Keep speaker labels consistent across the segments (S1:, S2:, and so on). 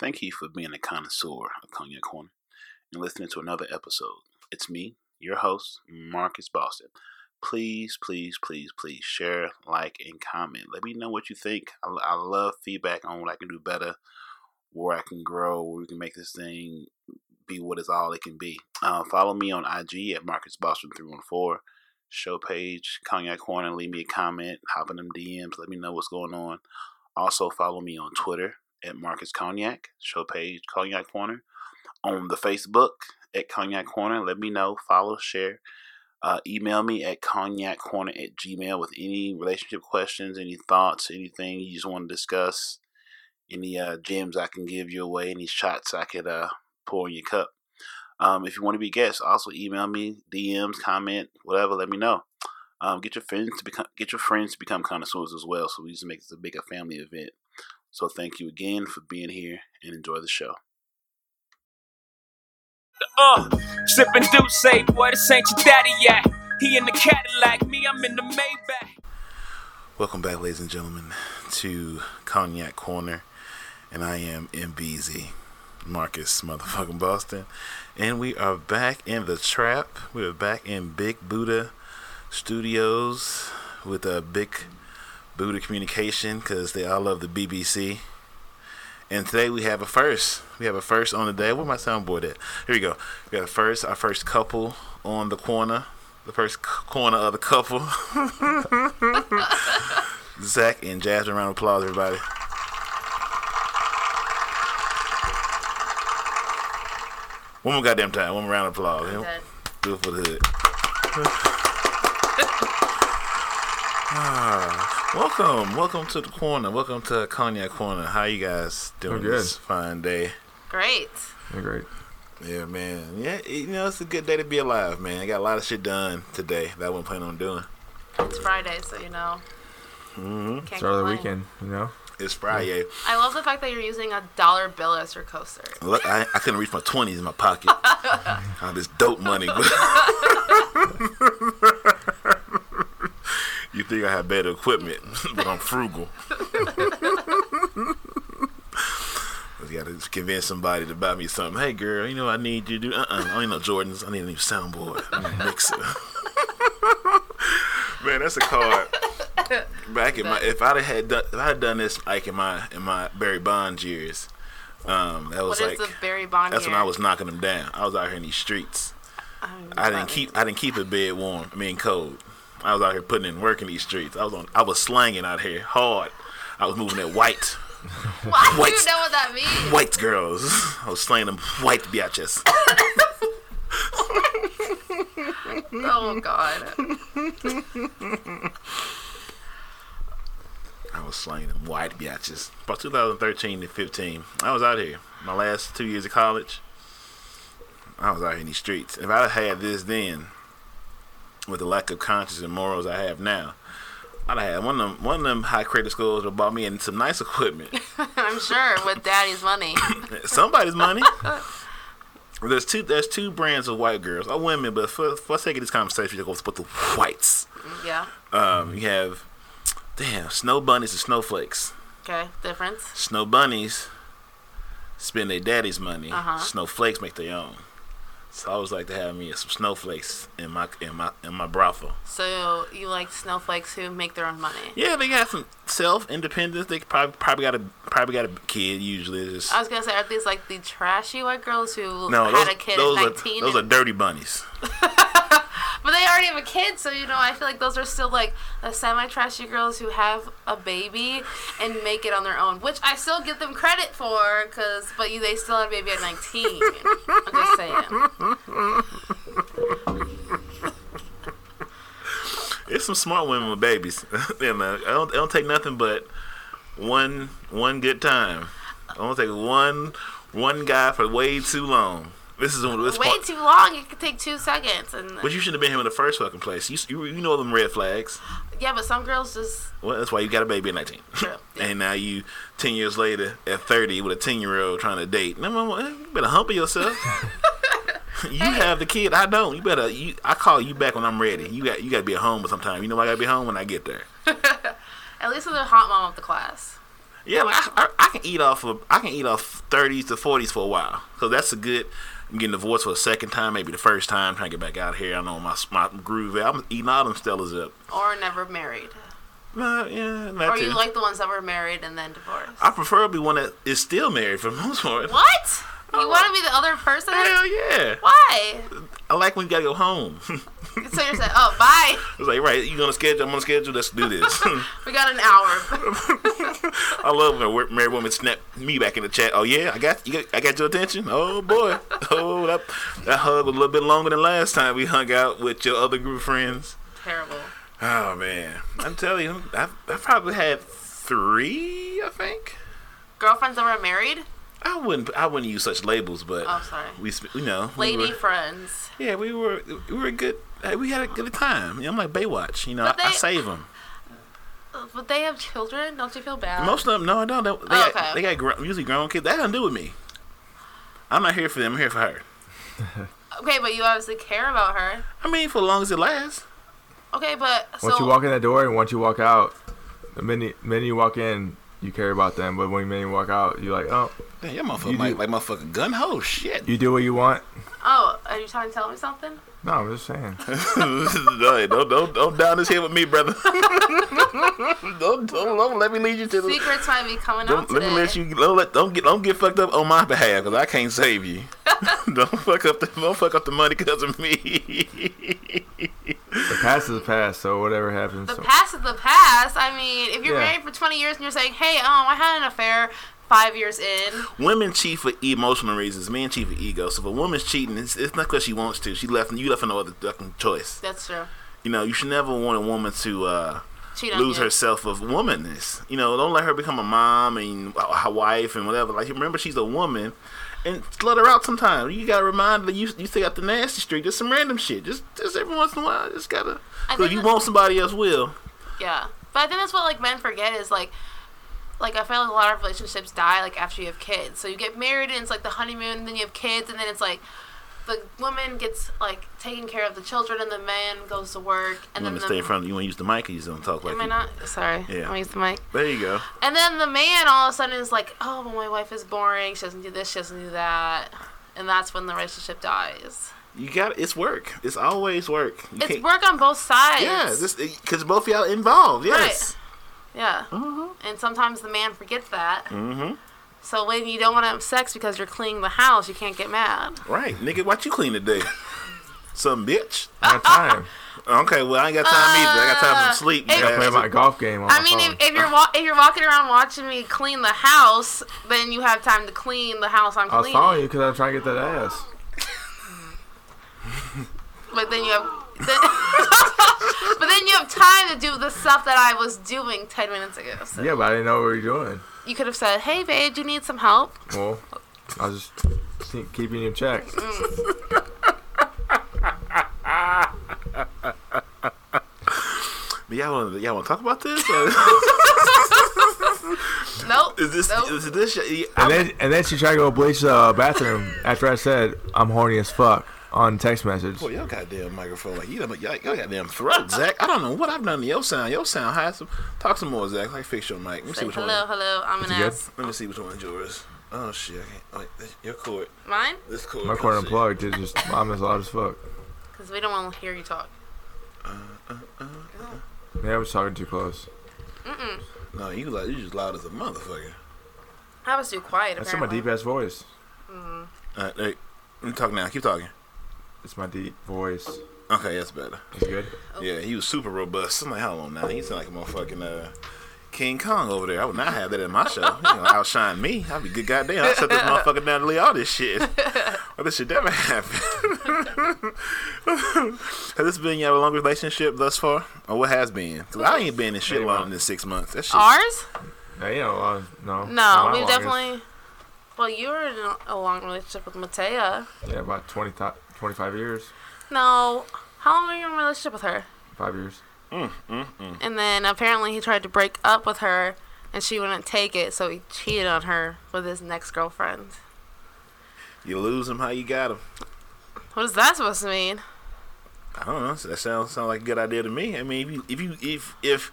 S1: Thank you for being a connoisseur of Cognac Corner and listening to another episode. It's me, your host, Marcus Boston. Please, please, please, please share, like, and comment. Let me know what you think. I, I love feedback on what I can do better, where I can grow, where we can make this thing be what it's all it can be. Uh, follow me on IG at Marcus Boston 314 show page, Cognac Corner. Leave me a comment, hop in them DMs, let me know what's going on. Also, follow me on Twitter at Marcus Cognac, show page, Cognac Corner. On the Facebook at Cognac Corner, let me know, follow, share. Uh, email me at cognaccorner at gmail with any relationship questions, any thoughts, anything you just want to discuss, any uh, gems I can give you away, any shots I could uh, pour in your cup. Um, if you want to be a guest, also email me, DMs, comment, whatever. Let me know. Um, get your friends to become get your friends to become connoisseurs as well. So we just make this a bigger family event. So thank you again for being here and enjoy the show.
S2: Uh, sipping Deuce, boy, this ain't your daddy yet. He in the Cadillac, me, I'm in the Maybach.
S1: Welcome back, ladies and gentlemen, to Cognac Corner, and I am MBZ Marcus Motherfucking Boston, and we are back in the trap. We are back in Big Buddha Studios with a Big Buddha Communication because they all love the BBC. And today we have a first. We have a first on the day. Where my soundboard at? Here we go. We got a first. Our first couple on the corner. The first c- corner of the couple. Zach and Jasmine. Round of applause, everybody. One more goddamn time. One more round of applause.
S3: Okay.
S1: Do it for the hood. Ah, welcome, welcome to the corner. Welcome to Cognac Corner. How you guys doing
S4: We're good.
S1: this fine day?
S3: Great.
S4: They're great.
S1: Yeah, man. Yeah, you know it's a good day to be alive, man. I got a lot of shit done today that I wasn't planning on doing.
S3: It's Friday, so you know. Mm-hmm. Can't
S4: It's our other
S3: complain.
S4: weekend, you know?
S1: It's Friday.
S3: I love the fact that you're using a dollar bill as your coaster.
S1: Look, I, I couldn't reach my twenties in my pocket. All this dope money. you think I have better equipment, but I'm frugal. I gotta convince somebody to buy me something. Hey, girl, you know what I need you to do. Uh, uh I don't need no Jordans. I need a new soundboard, I need a mixer. Man, that's a card. Back in my, if I'd have had done, if I had done this, like in my in my Barry Bonds years, um, that was
S3: What is
S1: like
S3: the Barry Bond
S1: that's
S3: year?
S1: when I was knocking them down. I was out here in these streets.
S3: I'm
S1: I didn't
S3: sorry.
S1: keep I didn't keep a bed warm. I mean cold. I was out here putting in work in these streets. I was on I was slanging out here hard. I was moving at white
S3: Why do
S1: Whites.
S3: you know what that means?
S1: white girls. I was slanging them white biatches.
S3: Oh God.
S1: I was slanging them white biatches. About 2013 to 15, I was out here. My last two years of college, I was out here in these streets. If I'd have had this then, with the lack of conscience and morals I have now, I'd have had one of them, one of them high credit schools that bought me in some nice equipment.
S3: I'm sure with Daddy's money.
S1: Somebody's money. There's two. There's two brands of white girls, or women, but for for the sake of this conversation, we're supposed to the whites.
S3: Yeah.
S1: Um, you have, damn, snow bunnies and snowflakes.
S3: Okay. Difference.
S1: Snow bunnies spend their daddy's money.
S3: Uh-huh.
S1: Snowflakes make their own. So I always like to have me some snowflakes in my in my in my brothel.
S3: So you like snowflakes who make their own money?
S1: Yeah, they got some self independence. They probably probably got a probably got a kid usually. It's Just,
S3: I was gonna say, are these like the trashy white girls who
S1: no,
S3: had
S1: those,
S3: a kid
S1: those
S3: at
S1: are
S3: 19?
S1: those are dirty bunnies.
S3: But they already have a kid, so you know, I feel like those are still like the semi trashy girls who have a baby and make it on their own, which I still give them credit for, cause but you, they still had a baby at 19. I'm just saying.
S1: It's some smart women with babies. yeah, man. I don't, I don't take nothing but one one good time. I don't take one one guy for way too long. This is one of this
S3: Way
S1: part.
S3: too long. It could take two seconds, and
S1: but you should have been here in the first fucking place. You, you, you know them red flags.
S3: yeah, but some girls just
S1: Well, that's why you got a baby at 19. and now you, 10 years later, at 30, with a 10 year old trying to date. No, no, no, you better humble yourself. you have the kid. I don't. You better. You, I call you back when I'm ready. You got you got to be at home sometime. You know, I got to be home when I get there.
S3: at least they're the hot mom of the class.
S5: Yeah, like I, I, I can eat off of I can eat off thirties to forties for a while because that's a good. I'm getting divorced for a second time, maybe the first time, trying to get back out here. I know my my groove. I'm eating all them Stellas up.
S3: or never married.
S5: Nah, yeah,
S3: Or
S5: not
S3: you
S5: too.
S3: like the ones that were married and then divorced.
S5: I preferably one that is still married for the most part.
S3: What? You
S5: Oh.
S3: want to be the other person?
S5: Hell yeah!
S3: Why?
S5: I like when you gotta go home.
S3: So you're saying, oh, bye.
S5: It's like, right, you gonna schedule? I'm gonna schedule. Let's do this.
S3: We got an hour.
S5: I love when a married woman snap me back in the chat. Oh yeah, I got you. Got, I got your attention. Oh boy. Oh that, that hug was a little bit longer than last time we hung out with your other group of friends.
S3: Terrible.
S5: Oh man, I'm telling you, I've, I've probably had three. I think.
S3: Girlfriends that were married?
S5: I wouldn't. I wouldn't use such labels, but
S3: Oh, sorry.
S5: we, sp- you know, we
S3: Lady
S5: were-
S3: friends.
S5: Yeah, we were we were good. uh, We had a good time. Yeah, I'm like Baywatch. You know, I,
S3: But
S5: I
S3: they-
S5: save them.
S3: Uh, But they have children? Don't you feel bad?
S5: Most of them, no, no, no. They
S3: Oh,
S5: got,
S3: okay.
S5: they got grown, usually grown kids. That doesn't do with me. I'm not here for them. I'm here for her.
S3: Okay, but you obviously care about her.
S5: I mean, for as long as it lasts.
S3: Okay, but so
S4: Once you walk in that door and once you walk out, the minute minute you walk in, you care about them. But when you walk out, you're like, oh,
S5: Damn, your motherfucker
S4: You
S5: like,
S4: do-
S5: like motherfucking gun ho shit.
S4: you do what you want.
S3: oh, are you trying to tell me something?
S4: No, I'm just saying.
S5: no, don't, don't, don't down this hill with me, brother. don't, don't, don't let me lead you to the.
S3: Secrets might be coming out
S5: Don't, let
S3: today.
S5: me let you. Don't, let, don't get don't get fucked up on my behalf because I can't save you. don't fuck up the don't fuck up the money because of me.
S4: The past is the past, so whatever happens.
S3: the
S4: so-
S3: past is the past. I mean, if you're
S4: Yeah.
S3: married for 20 years and you're saying, hey, um, I had an affair five years in,
S5: Women cheat for emotional reasons. Men cheat for ego. So if a woman's cheating, it's, it's not because she wants to. She left. You left her no other fucking choice.
S3: that's true.
S5: You know, you should never want a woman to uh,
S3: Cheat on
S5: lose
S3: you.
S5: herself of womanness. You know, don't let her become a mom and a a wife and whatever. Like remember, she's a woman, and let her out sometime. You gotta remind her that you you still got the nasty streak. Just some random shit. Just just every once in a while, just gotta.
S3: I
S5: Cause if
S3: think
S5: you
S3: that-
S5: want somebody else, will.
S3: Yeah, but I think that's what like men forget is like, like I feel like a lot of relationships die like after you have kids. So you get married and it's like the honeymoon, and then you have kids, and then it's like the woman gets like taking care of the children, and the man goes to work,
S5: You
S3: and
S5: want
S3: then
S5: to
S3: the,
S5: stay in front of you. Want to use the mic? Or you just don't talk like.
S3: Am I
S5: you-
S3: not? Sorry.
S5: Yeah.
S3: I'm gonna use the mic.
S5: There you go.
S3: And then the man all of a sudden is like, oh, well, my wife is boring. She doesn't do this. She doesn't do that. And that's when the relationship dies.
S5: You got it's work. It's always work. You
S3: It's
S5: can't-
S3: work on both sides.
S5: Yeah, this because both y'all involved. Yes.
S3: Yeah.
S4: Mm-hmm.
S3: And sometimes the man forgets that. Mm-hmm. So when you don't want to have sex because you're cleaning the house, you can't get mad.
S5: Right, nigga. What you clean today? Some bitch.
S4: I got time.
S5: Okay, well I ain't got time either. I got
S3: Uh,
S5: time for some sleep.
S4: I play
S5: man.
S4: my golf game on
S3: I
S4: my
S3: mean,
S4: phone.
S3: if, if you're wa- if you're walking around watching me clean the house, then you have time to clean the house I'm
S4: I was following
S3: cleaning.
S4: you because I'm trying to get that ass.
S3: But then you have. then- But then you have time to do the stuff that I was doing 10 minutes ago. So
S4: Yeah, but I didn't know what you were doing.
S3: You could have said, hey, babe, do you need some help?
S4: Well, I was just keep- keeping you in check.
S3: Mm.
S5: But y'all want y'all want to talk about this? Or
S3: Nope.
S5: is this
S3: nope.
S5: is this?
S4: And then, and then she tried to go bleach the bathroom after I said I'm horny as fuck on text message.
S5: Boy, y'all goddamn microphone like you, y'all, y'all goddamn throat, Zach. I don't know what I've done to your sound. Your sound high. Some, talk some more, Zach. Like fix your mic. Let me see
S3: Say,
S5: which
S3: hello,
S5: one.
S3: hello, I'm an
S4: You good?
S3: ass.
S5: Let me see which one's yours. Oh shit! I can't. Like this- your cord.
S3: Mine?
S5: This cord. oh,
S4: My
S5: Let's
S4: cord
S5: see.
S4: unplugged. It's just I'm as loud as fuck.
S3: Because we don't want to hear you talk.
S4: Yeah, I was talking too close.
S5: No, you like you just loud as a motherfucker.
S3: I was too quiet.
S4: That's my
S3: apparently.
S4: deep ass voice.
S5: All right, hey, I'm talking now. Keep talking.
S4: It's my deep voice.
S5: Okay, that's better.
S4: It's good.
S5: Yeah, he was super robust. I'm like, hold on now. He sound like a motherfucking uh, King Kong over there. I would not have that in my show. You know, outshine me. I'd be good goddamn. I shut this motherfucker down to leave all this shit. Well, this should never happen. has this been your longest relationship thus far? Or what has been? 'Cause I ain't been in shit
S4: Pretty
S5: longer
S4: much.
S5: than six months. That shit.
S3: Ours?
S4: Yeah, you know, uh, no.
S3: No,
S4: Not
S3: we
S4: long.
S3: definitely. Well, you were in a long relationship with Matea.
S4: Yeah, about 20, th- 25 years,
S3: No. How long were you in a relationship with her?
S4: five years.
S5: Hmm.
S3: And then apparently he tried to break up with her and she wouldn't take it, so he cheated on her with his next girlfriend.
S5: You lose him how you got him.
S3: What is that supposed to mean?
S5: I don't know. That sounds sound like a good idea to me. I mean, if you if you, if if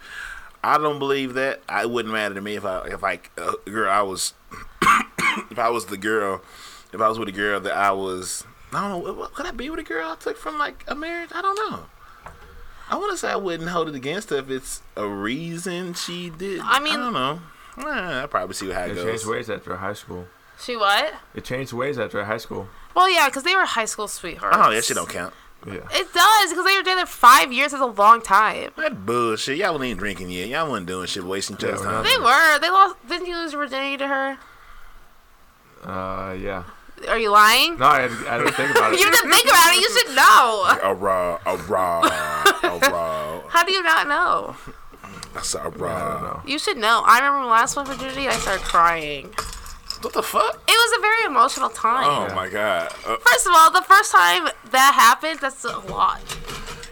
S5: I don't believe that. I it wouldn't matter to me if I if like a girl I was if I was the girl if I was with a girl that I was I don't know what- could I be with a girl I took from like a marriage I don't know. I want to say I wouldn't hold it against her if it's a reason she did.
S3: I mean-
S5: I don't know. Eh, I probably see how it
S4: It
S5: goes.
S4: changed ways after high school.
S3: She what?
S4: It changed ways after high school.
S3: Well, yeah, because they were high school sweethearts.
S5: Oh, that shit don't count.
S4: Yeah.
S3: It does because they were together five years is a long time.
S5: That bullshit. Y'all wasn't even drinking yet. Y'all wasn't doing shit, wasting each other's
S4: we're not
S5: time.
S3: They were. They lost. Didn't you lose your virginity to her?
S4: Uh, yeah.
S3: Are you lying?
S4: No, I had, to- I had to think about
S3: You
S4: it.
S3: didn't think about it. You should know.
S5: A raw, a raw, a raw.
S3: How do you not know?
S5: That's a
S4: I
S5: raw.
S4: don't know.
S3: You should know. I remember my last one virginity. I started crying. It
S5: What the fuck?
S3: was a very emotional time.
S5: Oh my god. Uh,
S3: First of all, the first time that happened, that's a lot.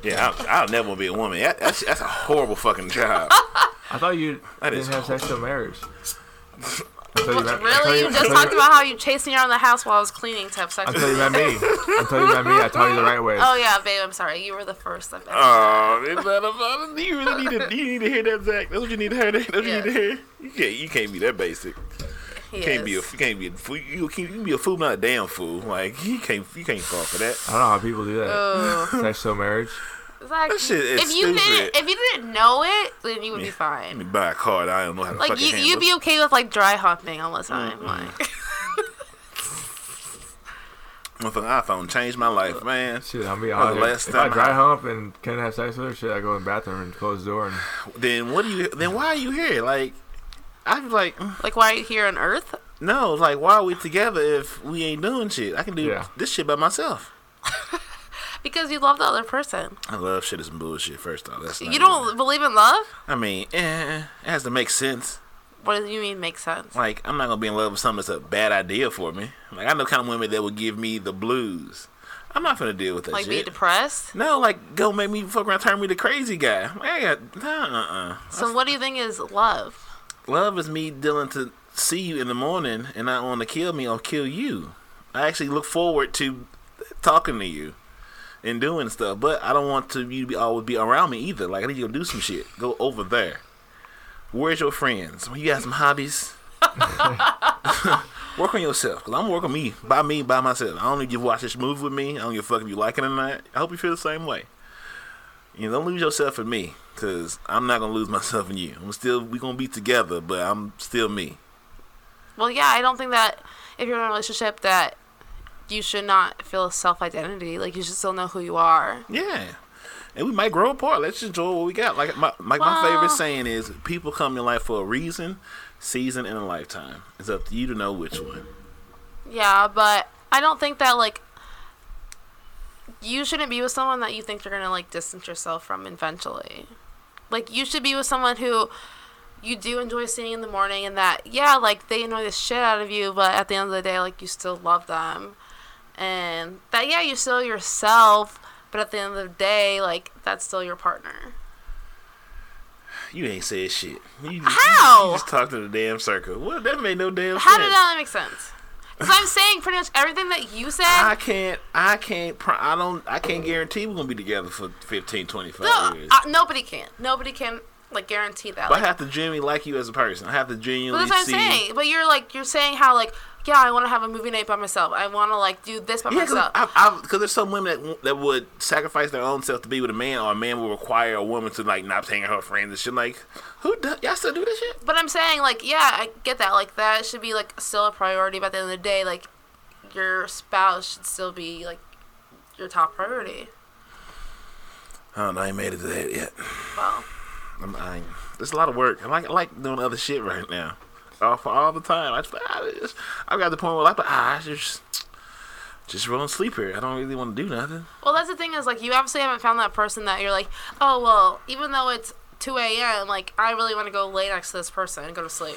S5: yeah, I, I'll never be a woman. That, that's, that's a horrible fucking job.
S4: I thought you
S5: That
S4: didn't
S5: is
S4: have sex till marriage. Until you met,
S3: Really? You just talked about how you chased me around the house while I was cleaning to have sex with
S4: Until you
S3: you.
S4: met me. Until you met me, I taught you the right way.
S3: Oh yeah, babe. I'm sorry. You were the first. I met.
S5: Oh, this motherfucker. You really need to, you need to hear that, Zach. That's what you need to hear. That's what you need to hear. You can't, you can't be that basic.
S3: He
S5: You can't be a, you
S3: is.
S5: can't be a fool. You can, you can be a fool, not a damn fool. Like you can't, you can't fall for that.
S4: I don't know how people do that.
S3: Oh.
S4: Sex till marriage.
S3: Zach,
S5: That shit is
S3: if you
S5: stupid.
S3: didn't, if you didn't know it, then you would be fine.
S5: Let me buy a car. that I don't know how to
S3: Like
S5: fucking
S3: you,
S5: handle.
S3: you'd be okay with like dry humping unless I'm
S5: Mm-hmm.
S3: like.
S5: My fucking iPhone changed my life, man.
S4: Shit, I'm be
S5: was
S4: honest.
S5: the last
S4: if
S5: time
S4: I dry
S5: I-
S4: hump and can't have sex with her, shit, I go in the bathroom and close the door and
S5: Then what do you? Then why are you here? Like, I'm like, mm,
S3: Like, why are you here on Earth?
S5: no, like, why are we together if we ain't doing shit? I can do
S4: Yeah.
S5: this shit by myself.
S3: Because you love the other person.
S5: I love shit is some bullshit. First off, that's not
S3: You don't believe in love?
S5: even- I mean, eh, it has to make sense.
S3: What do you mean makes sense?
S5: Like, I'm not gonna be in love with something that's a bad idea for me. Like, I know kind of women that would give me the blues. I'm not gonna deal with that
S3: Like, be
S5: shit.
S3: depressed?
S5: no, like, go make me fuck around, turn me to crazy guy. Like, I got, nah, uh, uh.
S3: So, what do you think is love?
S5: Love is me dealing to see you in the morning and not want to kill me or kill you. I actually look forward to talking to you and doing stuff, but I don't want to you to be always be around me either. Like I need you to do some shit. Go over there. Where's your friends? You got some hobbies? work on yourself, cause I'm working me by me by myself. I don't need you to watch this movie with me. I don't give a fuck if you like it or not. I hope you feel the same way. You know, don't lose yourself in me, cause I'm not gonna lose myself in you. I'm still we gonna be together, but I'm still me.
S3: Well, yeah, I don't think that if you're in a relationship that you should not feel self identity. Like, you should still know who you are.
S5: Yeah. And we might grow apart. Let's enjoy what we got. Like my like my
S3: Well-
S5: favorite saying is, people come in life for a reason, season, and a lifetime. It's up to you to know which one.
S3: Yeah, but I don't think that, like, you shouldn't be with someone that you think you're gonna, like, distance yourself from eventually. Like, you should be with someone who you do enjoy seeing in the morning and that, yeah, like, they annoy the shit out of you, but at the end of the day, like, you still love them. And that, yeah, you're still yourself, but at the end of the day, like, that's still your partner.
S5: You ain't said shit. You,
S3: How?
S5: You, just talked in a damn circle. Well, that made no damn
S3: How
S5: sense.
S3: did that make sense? Because I'm saying pretty much everything that you said.
S5: I can't. I can't. pro- I don't. I can't guarantee we're gonna be together for 15, 25
S3: no,
S5: years.
S3: uh, nobody can. Nobody can, like, guarantee that.
S5: but
S3: Like,
S5: I have to genuinely like you as a person. I have to
S3: But
S5: genuinely
S3: that's what I'm
S5: see.
S3: saying. But you're like you're saying how like yeah, I want to have a movie night by myself. I want to like do this by
S5: Yeah,
S3: myself.
S5: because there's some women that w- that would sacrifice their own self to be with a man, or a man will require a woman to like not hang out with her friends and shit. Like, who does y'all still do this shit?
S3: but I'm saying like yeah, I get that. Like that should be like still a priority. But at the end of the day, like your spouse should still be like your top priority.
S5: I don't know. I ain't made it to that yet.
S3: Well,
S5: I'm, I ain't, it's a lot of work. I like I like doing other shit right now, all for all the time. I just, I just I've got to the point where like ah, I just just rolling sleep here. I don't really want to do nothing.
S3: well that's the thing is like you obviously haven't found that person that you're like oh well even though it's 2 a.m. like I really want to go lay next to this person and go to sleep.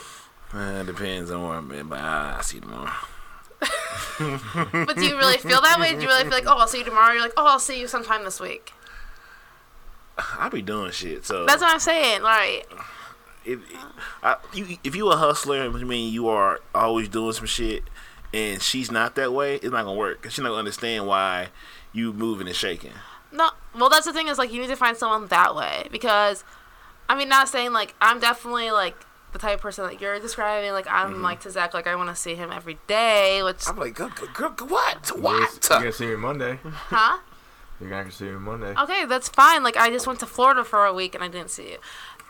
S5: Uh, it depends on where I'm at, but ah, I see you tomorrow.
S3: But do you really feel that way? Do you really feel like oh I'll see you tomorrow? You're like oh I'll see you sometime this week.
S5: I be doing shit, so
S3: That's what I'm saying. All right.
S5: if I, you if you a hustler, I mean you are always doing some shit, and she's not that way, it's not gonna work. Cause she's not gonna understand why you moving and shaking.
S3: No, well, that's the thing is like you need to find someone that way because I mean, not saying like I'm definitely like the type of person that you're describing. Like I'm
S4: Mm-hmm.
S3: like to Zach, like I want to see him every day. Which
S5: I'm like, girl, girl, girl, what? What?
S4: You're gonna see me Monday.
S3: huh?
S4: You're gonna see me Monday.
S3: Okay, that's fine. Like I just went to Florida for a week and I didn't see you.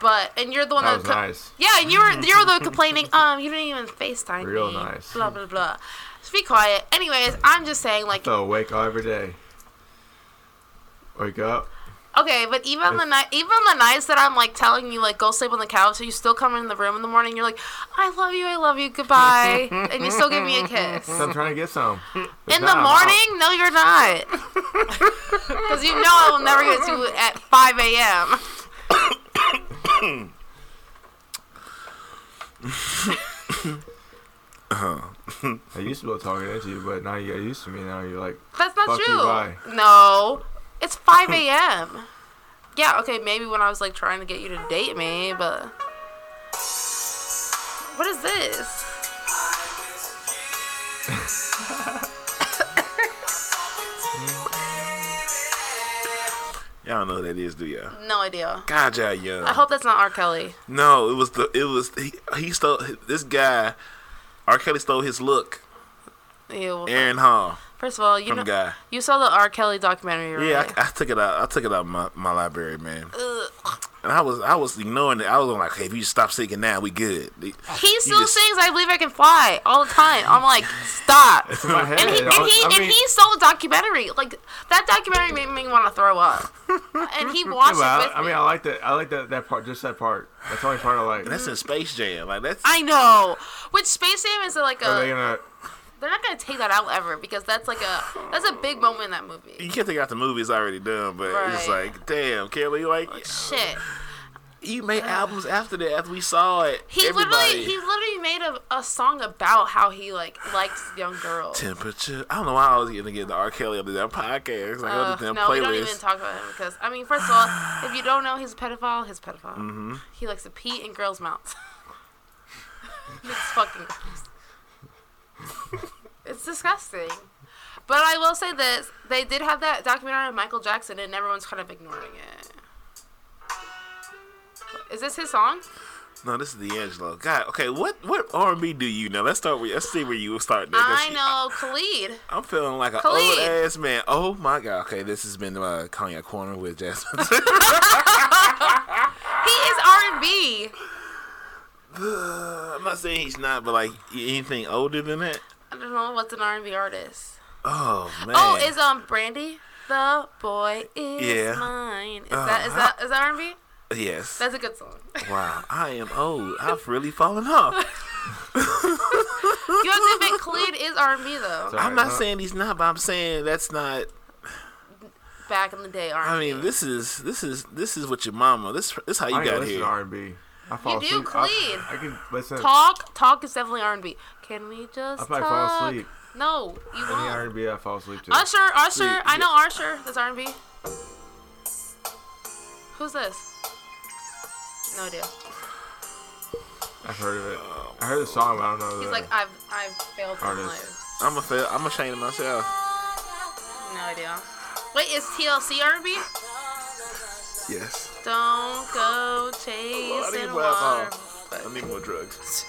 S3: But and you're the one
S4: That
S3: that,
S4: was
S3: co-
S4: nice.
S3: yeah, and you were you're the one complaining. Um, you didn't even Facetime
S4: Real
S3: me.
S4: nice.
S3: Blah blah blah. Just be quiet. Anyways, I'm just saying like
S4: So wake up every day. Wake up.
S3: Okay, but even on the night, even on the nights that I'm like telling you, like go sleep on the couch, so you still come in the room in the morning. You're like, I love you, I love you, goodbye, and you still give me a kiss.
S4: I'm trying to get some.
S3: In the morning? No, you're not, because you know I will never get to you at 5 a.m.
S4: I used to be able to talk it into you, but now you got used to me. Now you're like,
S3: That's not
S4: Fuck you,
S3: true.
S4: bye.
S3: no, it's 5 a.m. yeah, okay, maybe when I was like trying to get you to date me, but what is this?
S5: Y'all know who that is, do y'all?
S3: No idea.
S5: God, y'all young.
S3: I hope that's not R. Kelly.
S5: no, it was the it was he, he stole this guy. R. Kelly stole his look.
S3: Ew.
S5: Aaron Hall
S3: First of all, you
S5: from
S3: know,
S5: guy.
S3: you saw the R. Kelly documentary, right?
S5: Yeah, I, I took it out. I took it out of my, my library, man.
S3: Ugh.
S5: And I was I was ignoring it. I was like, hey, if you stop singing now, we good.
S3: he still
S5: just-
S3: sings "I Believe I Can Fly" all the time. I'm like, stop.
S4: in my head.
S3: And he and
S4: I was-
S3: he
S4: I
S3: and
S4: mean-
S3: he saw the documentary. Like that documentary made me want to throw up. And he
S4: Yeah,
S3: watched
S4: but
S3: it
S4: I,
S3: with
S4: I mean,
S3: me.
S4: I like that. I like that that part. Just that part. That's the only part I like.
S5: That's in Space Jam. Like that's
S3: I know. Which Space Jam is like
S4: Are they
S3: a.
S4: gonna?
S3: They're not gonna take that out ever because that's like a that's a big moment in that movie.
S5: you can't think out the movie's already done, but it's
S3: Right.
S5: like, damn, Kelly, like
S3: Shit.
S5: you made albums after that. After we saw it,
S3: He literally he literally made a, a song about how he like likes young girls.
S5: temperature. I don't know why I was getting get the R. Kelly up to that podcast. Like
S3: Uh,
S5: other than
S3: no, we don't even
S5: playlist.
S3: talk about him because I mean, first of all, if you don't know, he's a pedophile. He's a pedophile. He likes to pee in girls' mouths. it's fucking. gross. it's disgusting. But I will say this: they did have that documentary of Michael Jackson, and everyone's kind of ignoring it. Is this his song?
S5: No, this is D'Angelo. God, okay, what what R and B do you know? Let's start with. Let's see where you start. There, 'cause
S3: I
S5: you-
S3: know Khalid.
S5: I'm feeling like an
S3: Khalid.
S5: old ass man. Oh my god. Okay, this has been uh, Kanye Corner with Jasmine.
S3: He is R and B.
S5: I'm not saying he's not, but like anything older than that.
S3: I don't know what's an R and B artist.
S5: Oh man.
S3: Oh, is um Brandy the boy is
S5: Yeah.
S3: mine? Is
S5: Uh,
S3: that is
S4: Uh-huh.
S5: how-
S3: that is that R&B?
S5: yes.
S3: That's a good song.
S5: Wow, I am old. I've really fallen off.
S3: you have to admit, Khalid is R&B though.
S4: Sorry,
S5: I'm not
S4: huh?
S5: saying he's not, but I'm saying that's not.
S3: Back in the day, R&B.
S5: I mean, this is this is this is what your mama. This this how you
S4: I ain't
S5: got
S4: listen
S5: here.
S4: to R&B. I fall
S3: do,
S4: asleep. I-
S3: Khalid.
S4: I, can listen.
S3: talk talk is definitely R&B. Can we just
S4: I probably
S3: talk?
S4: fall asleep.
S3: No, you
S4: Any
S3: won't.
S4: R&B, I fall asleep to.
S3: Usher, Usher,
S5: Wait,
S3: I know Usher. That's R&B. Who's this? No idea.
S4: I've heard of it. I heard the song, but I don't know.
S3: He's
S4: the-
S3: like I've I've failed in
S4: Artist.
S3: life.
S5: I'm a fail. I'm ashamed of myself.
S3: No idea. Wait, is TLC R&B?
S5: Yes.
S3: Don't go
S5: I need uh,
S3: chasing
S5: more alcohol.
S3: water.
S5: I need more drugs.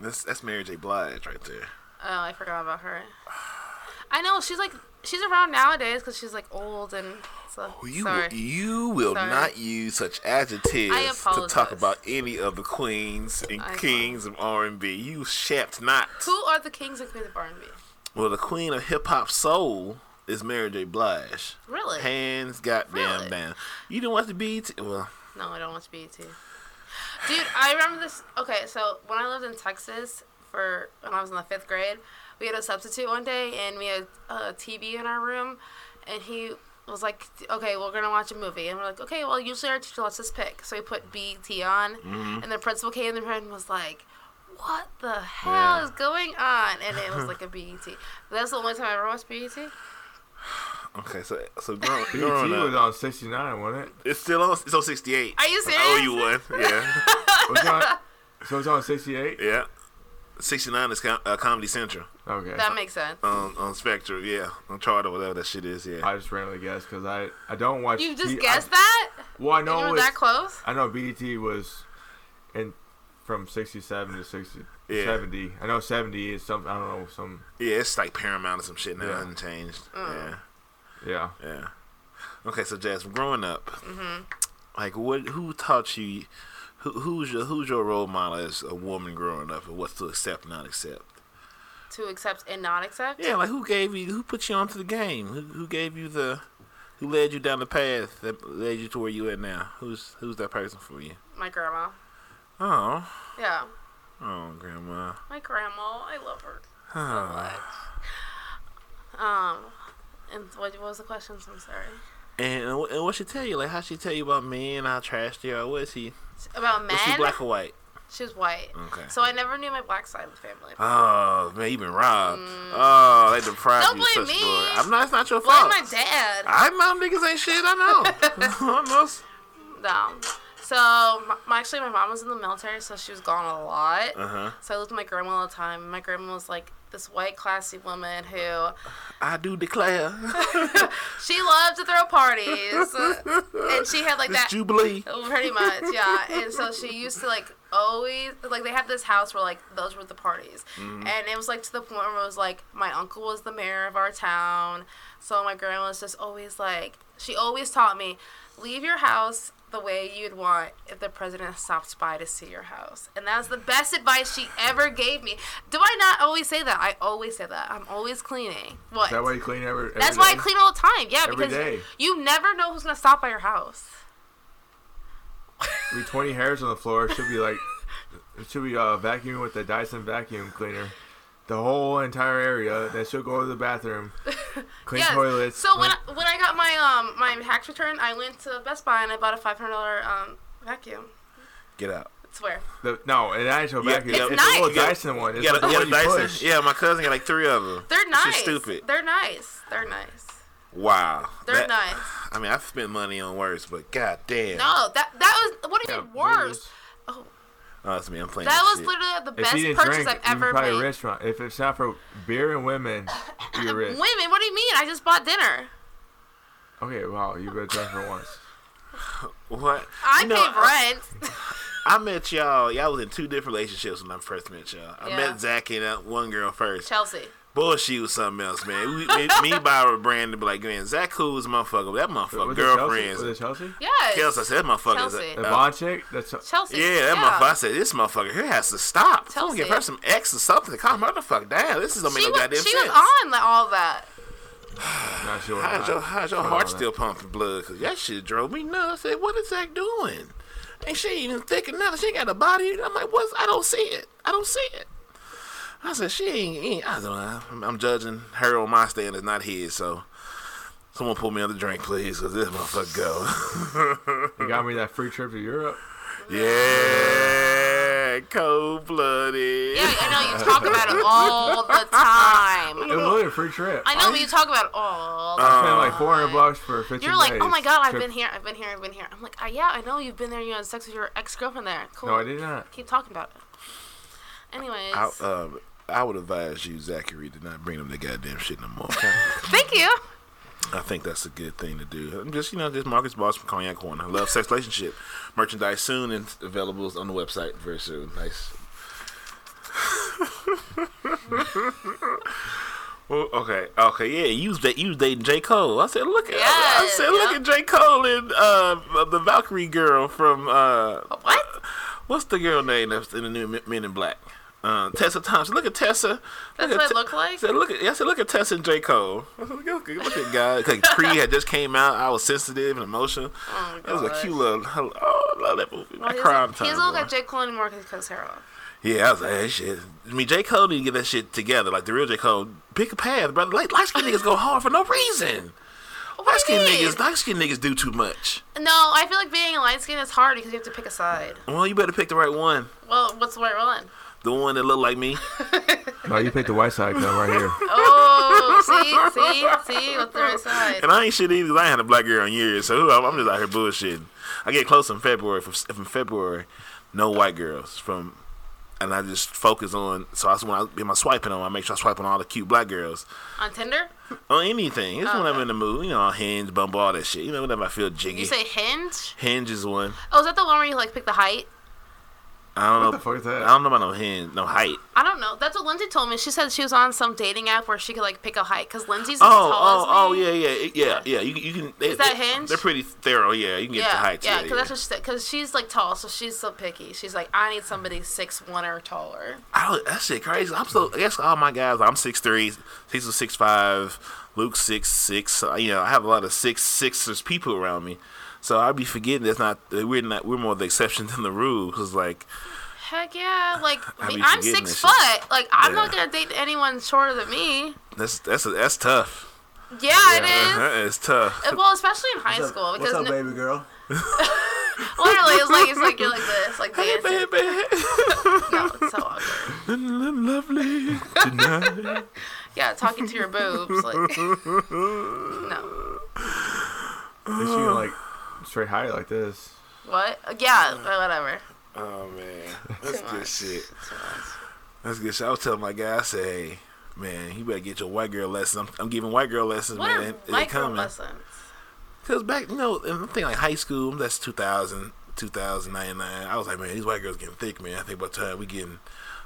S5: That's that's Mary J. Blige right there.
S3: Oh, I forgot about her. I know she's like she's around nowadays because she's like old and so.
S5: You
S3: sorry.
S5: will, you will
S3: Sorry.
S5: not use such adjectives to
S3: apologize.
S5: talk about any of the queens and
S3: I
S5: kings of R and B. You shaft not.
S3: Who are the kings and queens of R&B?
S5: Well, the queen of hip hop soul is Mary J. Blige.
S3: Really?
S5: Hands goddamn
S3: Really?
S5: down. You don't watch the BET. Well,
S3: No, I don't watch BET. Dude, I remember this. Okay, so when I lived in Texas for when I was in the fifth grade, we had a substitute one day, and we had a TV in our room, and he was like, "Okay, we're gonna watch a movie," and we're like, "Okay, well, usually our teacher lets us pick," so we put BET on,
S4: Mm-hmm.
S3: and the principal came in the room and was like. What the hell is going on? And it was like a BET. That's the only time I ever watched E BET.
S5: okay, so so growing,
S4: BET
S5: growing up,
S4: was on 69, wasn't it?
S5: it's still on. It's on sixty eight.
S3: Are you
S5: I owe
S3: serious?
S5: you one. Yeah,
S4: Was it on, so it's on 68.
S5: yeah. 69 is com- uh, Comedy Central
S4: Okay.
S3: That makes sense.
S5: on, on Spectrum, yeah, on Charter, whatever that shit is, yeah.
S4: I just randomly guessed because I I don't watch.
S3: You just
S4: B- I-
S3: guessed that?
S4: Well, I
S3: you
S4: know
S3: were
S4: it's-
S3: that close?
S4: I know BDT was in from 67 to 60,
S5: Yeah.
S4: 70. I know 70 is some. I don't know some.
S5: yeah, it's like Paramount or some shit now,
S4: Yeah.
S5: unchanged.
S3: Mm.
S4: Yeah.
S5: Yeah, yeah. Okay, so Jazz, growing up, like, what? Who taught you? Who, who's your Who's your role model as a woman growing up, and what to accept, and not accept?
S3: To accept and not accept?
S5: Yeah, like who gave you? Who put you onto the game? Who, who gave you the? Who led you down the path that led you to where you at now? Who's Who's that person for you?
S3: My grandma.
S5: Oh,
S3: Yeah.
S5: oh, grandma.
S3: My grandma. I love her so
S5: Oh.
S3: much. Um, and what, what was the question? I'm sorry.
S5: And, and what- and what she tell you? Like how she tell you about men? How trash they are? What is he?
S3: About men?
S5: Was she black or white?
S3: She was white.
S5: Okay.
S3: So I never knew my black side of the family.
S5: Oh man, you been robbed. Oh, they deprived
S3: Mm. Don't
S5: you of
S3: blame
S5: such
S3: me.
S5: glory. I'm not. It's not your
S3: Blame
S5: fault.
S3: my dad.
S5: I know niggas ain't shit. I know. Almost.
S3: No. So, my, my- actually, my mom was in the military, so she was gone a lot.
S5: Uh huh.
S3: So I lived with my grandma all the time. My grandma was like this white, classy woman who
S5: I do declare
S3: she loved to throw parties, and she had like
S5: this
S3: that.
S5: jubilee.
S3: Pretty much, yeah. And so she used to like always like they had this house where like those were the parties,
S4: Mm-hmm.
S3: and it was like to the point where it was like my uncle was the mayor of our town, so my grandma was just always like she always taught me leave your house the way you'd want if the president stopped by to see your house, and that was the best advice she ever gave me. Do I not always say that? I always say that. I'm always cleaning. What?
S4: Is that why you clean every? every
S3: That's why I
S4: day?
S3: clean all the time. Yeah,
S4: Every
S3: because
S4: day.
S3: you never know who's gonna stop by your house.
S4: Be 20 hairs on the floor. It should be like, it should be uh, vacuum with the Dyson vacuum cleaner. The whole entire area. Then she'll go to the bathroom, clean
S3: Yes.
S4: toilets.
S3: So when
S4: clean-
S3: I, when I got my um my tax return, I went to Best Buy and I bought a five hundred dollar um vacuum.
S5: Get out.
S3: I swear.
S4: the, no, an actual
S5: Yeah,
S4: vacuum.
S5: it's
S4: it's
S3: nice.
S4: a little
S5: You got-
S4: Dyson one.
S5: You
S4: It's like
S5: got,
S4: the
S5: a, you got
S4: one
S5: a
S4: you
S5: Dyson?
S4: push.
S5: Yeah, my cousin got like three of them.
S3: They're nice.
S5: She's stupid.
S3: They're nice. They're nice.
S5: Wow.
S3: They're
S5: That-
S3: nice.
S5: I mean, I've spent money on words, but goddamn.
S3: No, that that was what even
S4: Yeah,
S3: worse.
S5: Oh, that's me. I'm playing.
S3: That
S5: this
S3: was
S5: shit.
S3: literally the
S4: If you
S3: best
S4: didn't
S3: purchase
S4: drink,
S3: I've
S4: you'd be
S3: ever
S4: probably
S3: made.
S4: rich. Ron. If it's not for beer and women, you're rich.
S3: Women, what do you mean? I just bought dinner.
S4: Okay, wow, you've been drunk for once.
S5: What?
S3: I
S5: You know,
S3: paid rent.
S5: I, I met y'all. Y'all was in two different relationships when I first met y'all. I
S3: Yeah.
S5: met Zach and that one girl first.
S3: Chelsea.
S5: Boy, she was something else, man. We, me, me, Byron, Brandon, be like, man, Zach cool as a motherfucker, but that motherfucker
S4: Was it
S5: girlfriends.
S4: Chelsea? Was it Chelsea?
S3: Yes.
S5: Kelsey, I said, that motherfucker is
S3: Chelsea.
S5: a,
S4: The
S5: uh,
S4: Bond chick? That's
S3: Chelsea.
S5: Yeah, that motherfucker. I said, this motherfucker here has to stop. I'm gonna give
S3: Chelsea.
S5: her some X or something to calm her the fuck down. This is gonna
S3: She,
S5: make no goddamn
S3: was, she
S5: sense.
S3: was on the, all that.
S4: not sure.
S5: How's your, how's your
S4: Hold
S5: heart
S4: on, man.
S5: still pumping blood? Cause that shit drove me nuts. I said, what is Zach doing? And she ain't even thick enough. She ain't got a body. And I'm like, what's? I don't see it. I don't see it. I said, she ain't. ain't- I don't know. I'm, I'm judging her on my stand. It's not his. So someone pull me another drink, please. Cause this motherfucker go.
S4: You got me that free trip to Europe.
S5: yeah, cold blooded.
S3: Yeah, I know you talk about it all the time.
S4: It was really a free trip.
S3: I know, but you talk about it all the
S4: I spent
S5: Uh,
S4: like 400
S3: God.
S4: bucks for 15
S3: You're like, oh my
S4: days.
S3: god, I've
S4: Trip-
S3: been here, I've been here, I've been here. I'm like, oh, yeah, I know you've been there. You had sex with your ex girlfriend there. Cool.
S4: No, I did not.
S3: Keep talking about it. Anyways,
S5: I, um, I would advise you, Zachary, to not bring them the goddamn shit no more.
S3: thank you.
S5: I think that's a good thing to do. I'm just you know, just Marcus Boss from Cognac Corner. Love sex relationship merchandise soon and available on the website very soon. Nice. well, okay, okay, yeah. You was da- you was dating J Cole. I said, look at I
S3: Yes,
S5: said, look
S3: yep.
S5: at J Cole and uh, the Valkyrie girl from uh,
S3: What?
S5: what's the girl name that's in the new Men- Men in Black? Uh, Tessa Thompson. Look at Tessa.
S3: That's what
S5: Look at
S3: it
S5: Te-
S3: look like?
S5: Said, look at, I said, look at Tessa and J. Cole. I said, look, at- look at guys. Like, Creed had just came out. I was sensitive and emotional.
S3: Oh my
S5: that was a
S3: gosh.
S5: cute little. Oh, I love that movie.
S3: Well,
S5: I
S3: he
S5: cried
S3: doesn't,
S5: time.
S3: he doesn't look
S5: boy.
S3: like J. Cole anymore because he cut his hair off.
S5: yeah, I was like, hey, shit. I mean, J. Cole need to get that shit together. Like, the real J. Cole, pick a path, brother. Like, light skinned niggas go hard for no reason. Light
S3: What do you
S5: skinned
S3: mean?
S5: niggas, light skinned niggas do too much.
S3: No, I feel like being a light skin is hard because you have to pick a side.
S5: Well, you better pick the right one.
S3: Well, what's the right one?
S5: The one that look like me.
S4: No, you picked the white side though, right here.
S3: Oh, see, see, see, what's the right side?
S5: And I ain't shit either. 'cause I ain't had a black girl in years, so I'm, I'm just out here bullshitting. I get close in February. From, from February, no white girls. From and I just focus on. So that's when I be my swiping on. I make sure I swipe on all the cute black girls
S3: On Tinder?
S5: on anything. It's when I'm in the mood, you know, Hinge, Bumble, all that shit. You know, whenever I feel jiggy.
S3: You say Hinge?
S5: Hinge is one.
S3: Oh, is that the one where you like pick the height?
S5: I don't know.
S4: the fuck is that?
S5: I don't know about no Hinge, no height.
S3: I don't know. That's what Lindsay told me. She said she was on some dating app where she could like pick a height because Lindsay's as
S5: Oh,
S3: tall
S5: oh,
S3: as
S5: oh,
S3: me.
S5: yeah, yeah, it- yeah, yeah. You, you can. They,
S3: Is that
S5: they-
S3: Hinge?
S5: They're pretty thorough. Yeah, you can get
S3: Yeah,
S5: the heights.
S3: yeah,
S5: Yeah,
S3: because that's what she said. Because she's like tall, so she's so picky. She's like, I need somebody six one or taller.
S5: I don't, that shit crazy. I'm so. I guess all my guys. I'm six three. He's six five. Luke six six. You know, I have a lot of six sixers people around me, so I'd be forgetting that's not. that We're not. We're more the exception than the rule. Cause like,
S3: Heck yeah! Like
S5: I
S3: me,
S5: be
S3: I'm
S5: forgetting
S3: six
S5: that
S3: foot.
S5: shit.
S3: Like I'm
S5: Yeah.
S3: not gonna date anyone shorter than me.
S5: that's that's that's tough.
S3: Yeah, it is.
S5: Uh-huh, it's tough.
S3: Uh, Well, especially in high
S4: What's up-
S3: school
S4: What's
S3: because
S4: up,
S3: no-
S4: baby girl?
S3: literally it's like it's like you're like this, like dancing. No, it's so awkward.
S5: Oh, Lovely tonight.
S3: Yeah, talking to your boobs, like no.
S4: Is she like straight high like this?
S3: What? Yeah, but whatever.
S5: Oh man, that's
S3: Too
S5: good
S3: much.
S5: shit.
S3: Too much.
S5: That's good shit. I was telling my guy, I said, hey, man, you better get your white girl lessons. I'm, I'm giving white girl lessons,
S3: What
S5: man.
S3: are
S5: It- it
S3: micro
S5: coming.
S3: lessons?
S5: Cause back, you know, and I'm thinking like high school. That's 2000, 2099. I was like, man, these white girls getting thick, man. I think by the time we getting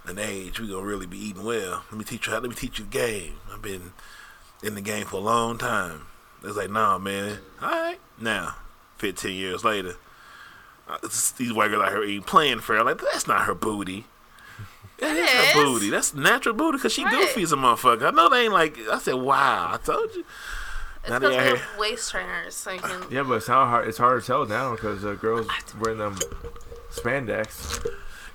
S5: an age, we gonna really be eating well. Let me teach you. How, let me teach you the game. I've been in the game for a long time. It's like, nah, man. All right, now, fifteen years later, uh, it's- these white girls out here eating playing fair. Like that's not her booty. That is
S3: It
S5: her
S3: is.
S5: booty. That's natural booty because she
S3: Right.
S5: goofy as a motherfucker. I know they ain't like. I said, wow. I told you.
S3: It's
S5: Now
S3: because
S5: they out
S3: they're
S5: here-
S3: waist trainers, so you can.
S4: Yeah, but it's not hard. It's hard to tell now because uh, girls wearing them spandex,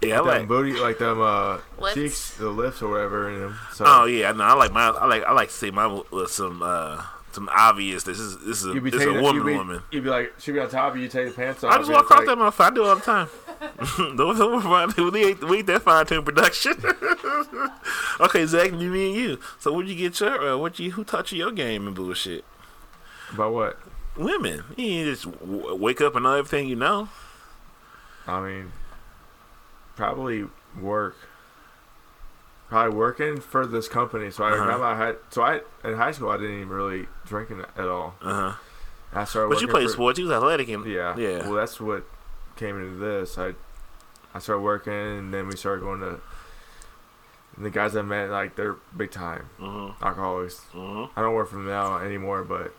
S5: Yeah, I
S4: them
S5: like.
S4: booty, like them uh,
S3: Lifts.
S4: cheeks, the lifts or whatever in them. So
S5: Oh yeah, no, I like my, I like, I like to see my with some, uh, some obvious. This is this is a,
S4: you'd be
S5: this is
S4: taking
S5: a woman,
S4: you'd be,
S5: woman.
S4: You'd be like, she be on top of you, take the pants off.
S5: I just
S4: and
S5: walk
S4: it's
S5: across that
S4: like,
S5: motherfucker. I do it all the time. Don't- don't worry, we ain't we ain't that fine tuned production. okay, Zach, me, me and you. So where'd you get your? Uh, what you? Who taught you your game and bullshit?
S4: About what?
S5: Women. You ain't just w- wake up and know everything you know.
S4: I mean, probably work. Probably working for this company. So I
S5: Uh-huh.
S4: remember I had. So I in high school I didn't even really drink in- at all.
S5: Uh huh.
S4: I started.
S5: But you
S4: working
S5: played
S4: for-
S5: sports. You was athletic and
S4: Yeah.
S5: yeah.
S4: Well, that's what came into this. I I started working, and then we started going to. And the guys I met, like they're big time
S5: Mhm.
S4: alcoholics.
S5: Mhm.
S4: I don't work for them now anymore, but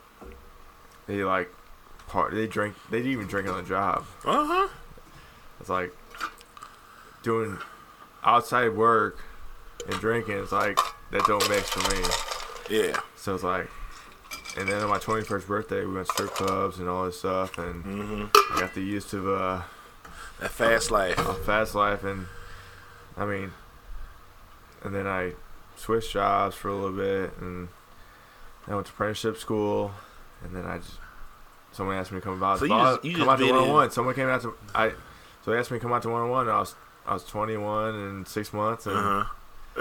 S4: they like part. They drink. They didn't even drink on the job.
S5: Uh huh.
S4: It's like doing outside work and drinking. It's like that don't mix for me.
S5: Yeah.
S4: So it's like, and then on my 21st birthday, we went to strip clubs and all this stuff, and I got the used to uh,
S5: That fast life.
S4: a fast life, and I mean, and then I switched jobs for a little bit, and I went to apprenticeship school, and then I just someone asked me to come out.
S5: So you
S4: out-
S5: just- you
S4: come
S5: just
S4: out to
S5: been in-
S4: one on one. Someone came out to I, so they asked me to come out to one on one. I was I was 21 and six months, and
S5: Uh huh.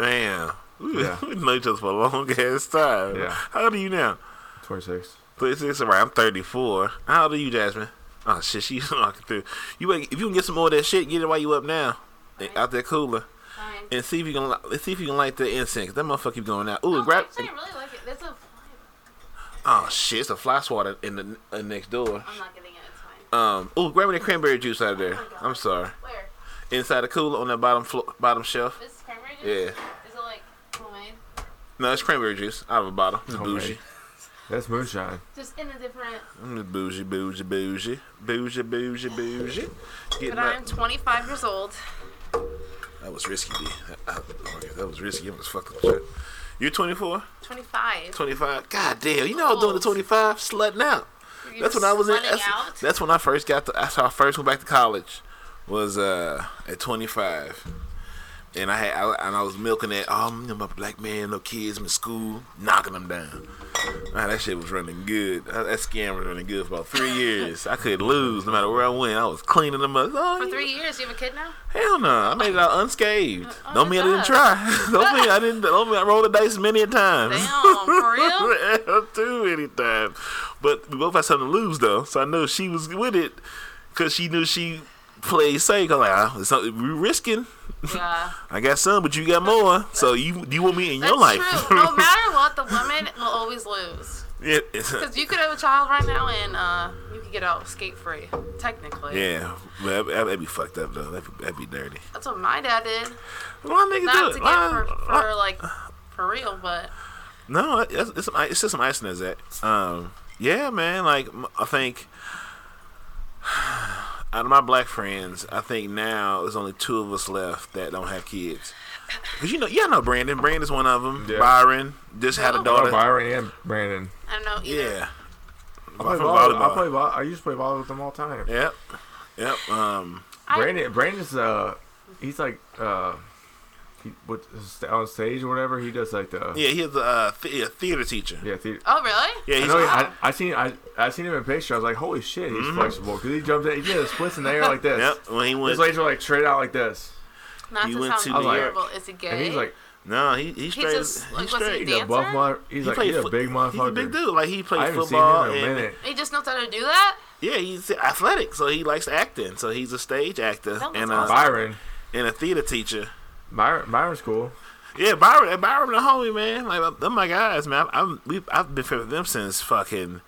S5: Man, we
S4: Yeah.
S5: we know each other for a long ass time.
S4: Yeah.
S5: How old are you now?
S4: 26.
S5: Twenty six. All right, I'm thirty four. How old are you, Jasmine? Oh shit, she's knocking through. You better- if you can get some more of that shit, get it while you up now, And out that cooler,
S3: Fine.
S5: and see if you can li- let's see if you can light the incense. That motherfucker keep going out. Ooh,
S3: No,
S5: grab.
S3: actually, I really like it. There's a.
S5: Oh shit, it's a fly swatter in the uh, next door.
S3: I'm not getting it. It's fine.
S5: Um. Ooh, grab me that cranberry juice out of there.
S3: Oh my God.
S5: I'm sorry.
S3: Where?
S5: Inside the cooler on that bottom floor, bottom shelf.
S3: This cranberry
S5: Yeah.
S3: juice? Is it like homemade?
S5: No, it's cranberry juice out of a bottle. It's
S4: Homemade.
S5: bougie.
S4: That's moonshine.
S3: Just in a different.
S5: I'm just bougie, bougie, bougie, bougie, bougie, bougie. Get
S3: But I'm 25 years old.
S5: That was risky, D. I- I- okay, that was risky. I was fucked up. Shit. You're 24,
S3: 25.
S5: 25. God damn, you know I was doing the
S3: Old.
S5: 25 slutting out.
S3: You're
S5: That's when I was in.
S3: slutting
S5: That's,
S3: out?
S5: that's when I first got. To, that's how I first went back to college. Was uh at 25, and I had I, and I was milking that. Um, you know, my black man, no kids in school, knocking them down. Man, that shit was running good. Uh, That scam was running good for about three years. I could lose no matter where I went. I was cleaning them up. Oh,
S3: For
S5: yeah.
S3: three years, you have a kid now?
S5: Hell no, I made it out unscathed.
S3: Oh,
S5: don't mean I
S3: good
S5: didn't
S3: job.
S5: try. don't mean I didn't. Don't mean I rolled the dice many a time.
S3: Damn, for real?
S5: Too many times. But we both had something to lose though, so I know she was with it because she knew she play safe. I'm like, ah, it's not, we risking.
S3: Yeah.
S5: I got some, but you got more. So you you want me in
S3: That's
S5: your life?
S3: true. No matter what, the women will always lose.
S5: Yeah, it's-
S3: Because you could have a child right now and uh, you could get out skate free, technically.
S5: yeah, but that- that'd be fucked up though. That'd be, that'd be dirty.
S3: That's what my dad did.
S5: Why niggas do
S3: Not
S5: it?
S3: to
S5: Why-
S3: get for,
S5: why-
S3: for like for real, but
S5: No, it's, it's, some, it's just some ice in his that. Um, yeah, man. Like m- I think out of my black friends, I think now there's only two of us left that don't have kids. Cause you know, yeah, I know Brandon. Brandon's one of them.
S4: Yeah.
S5: Byron just had a
S3: Oh,
S4: Oh,
S5: daughter.
S4: Byron and Brandon.
S3: I don't know either.
S5: yeah,
S4: I play
S5: From
S4: volleyball.
S5: volleyball.
S4: I play. Vol- I used to play volleyball with them all the time.
S5: Yep. Yep. Um.
S3: I-
S4: Brandon, Brandon's uh, he's like uh, he what st- on stage or whatever. He does like the
S5: Yeah. He's a uh, th- yeah, theater teacher.
S4: yeah. the-
S3: Oh really?
S5: Yeah.
S4: I
S5: He's, Mm-hmm.
S4: know. He, I, I seen. I I seen him in picture. I was like, holy shit, he's flexible because he jumped in. He did a splits in the air like this.
S5: yep. When he
S4: His
S5: went,
S4: legs were like straight out like this,
S3: Not
S5: You
S3: to
S5: went
S3: sound
S5: to
S4: New York.
S3: terrible. Is he gay?
S4: and he's like,
S5: no, he he's straight.
S3: just, like,
S5: he's
S3: was he
S5: straight.
S4: he's a
S3: Dancer?
S4: buff mother. He's like, he's a
S5: foot-
S4: big motherfucker.
S5: He's a big dude. Like he
S4: I
S5: played
S4: haven't seen him
S5: football.
S4: in a
S5: and,
S4: minute.
S3: he just knows how to do that.
S5: Yeah, he's athletic, so he likes acting. So he's a stage actor
S3: That was
S5: and a
S3: awesome.
S4: Byron,
S5: and a theater teacher.
S4: Byron, Byron's cool.
S5: Yeah, Byron, Byron the homie, man. Like them my guys, man. I'm we I've been friends with them since fucking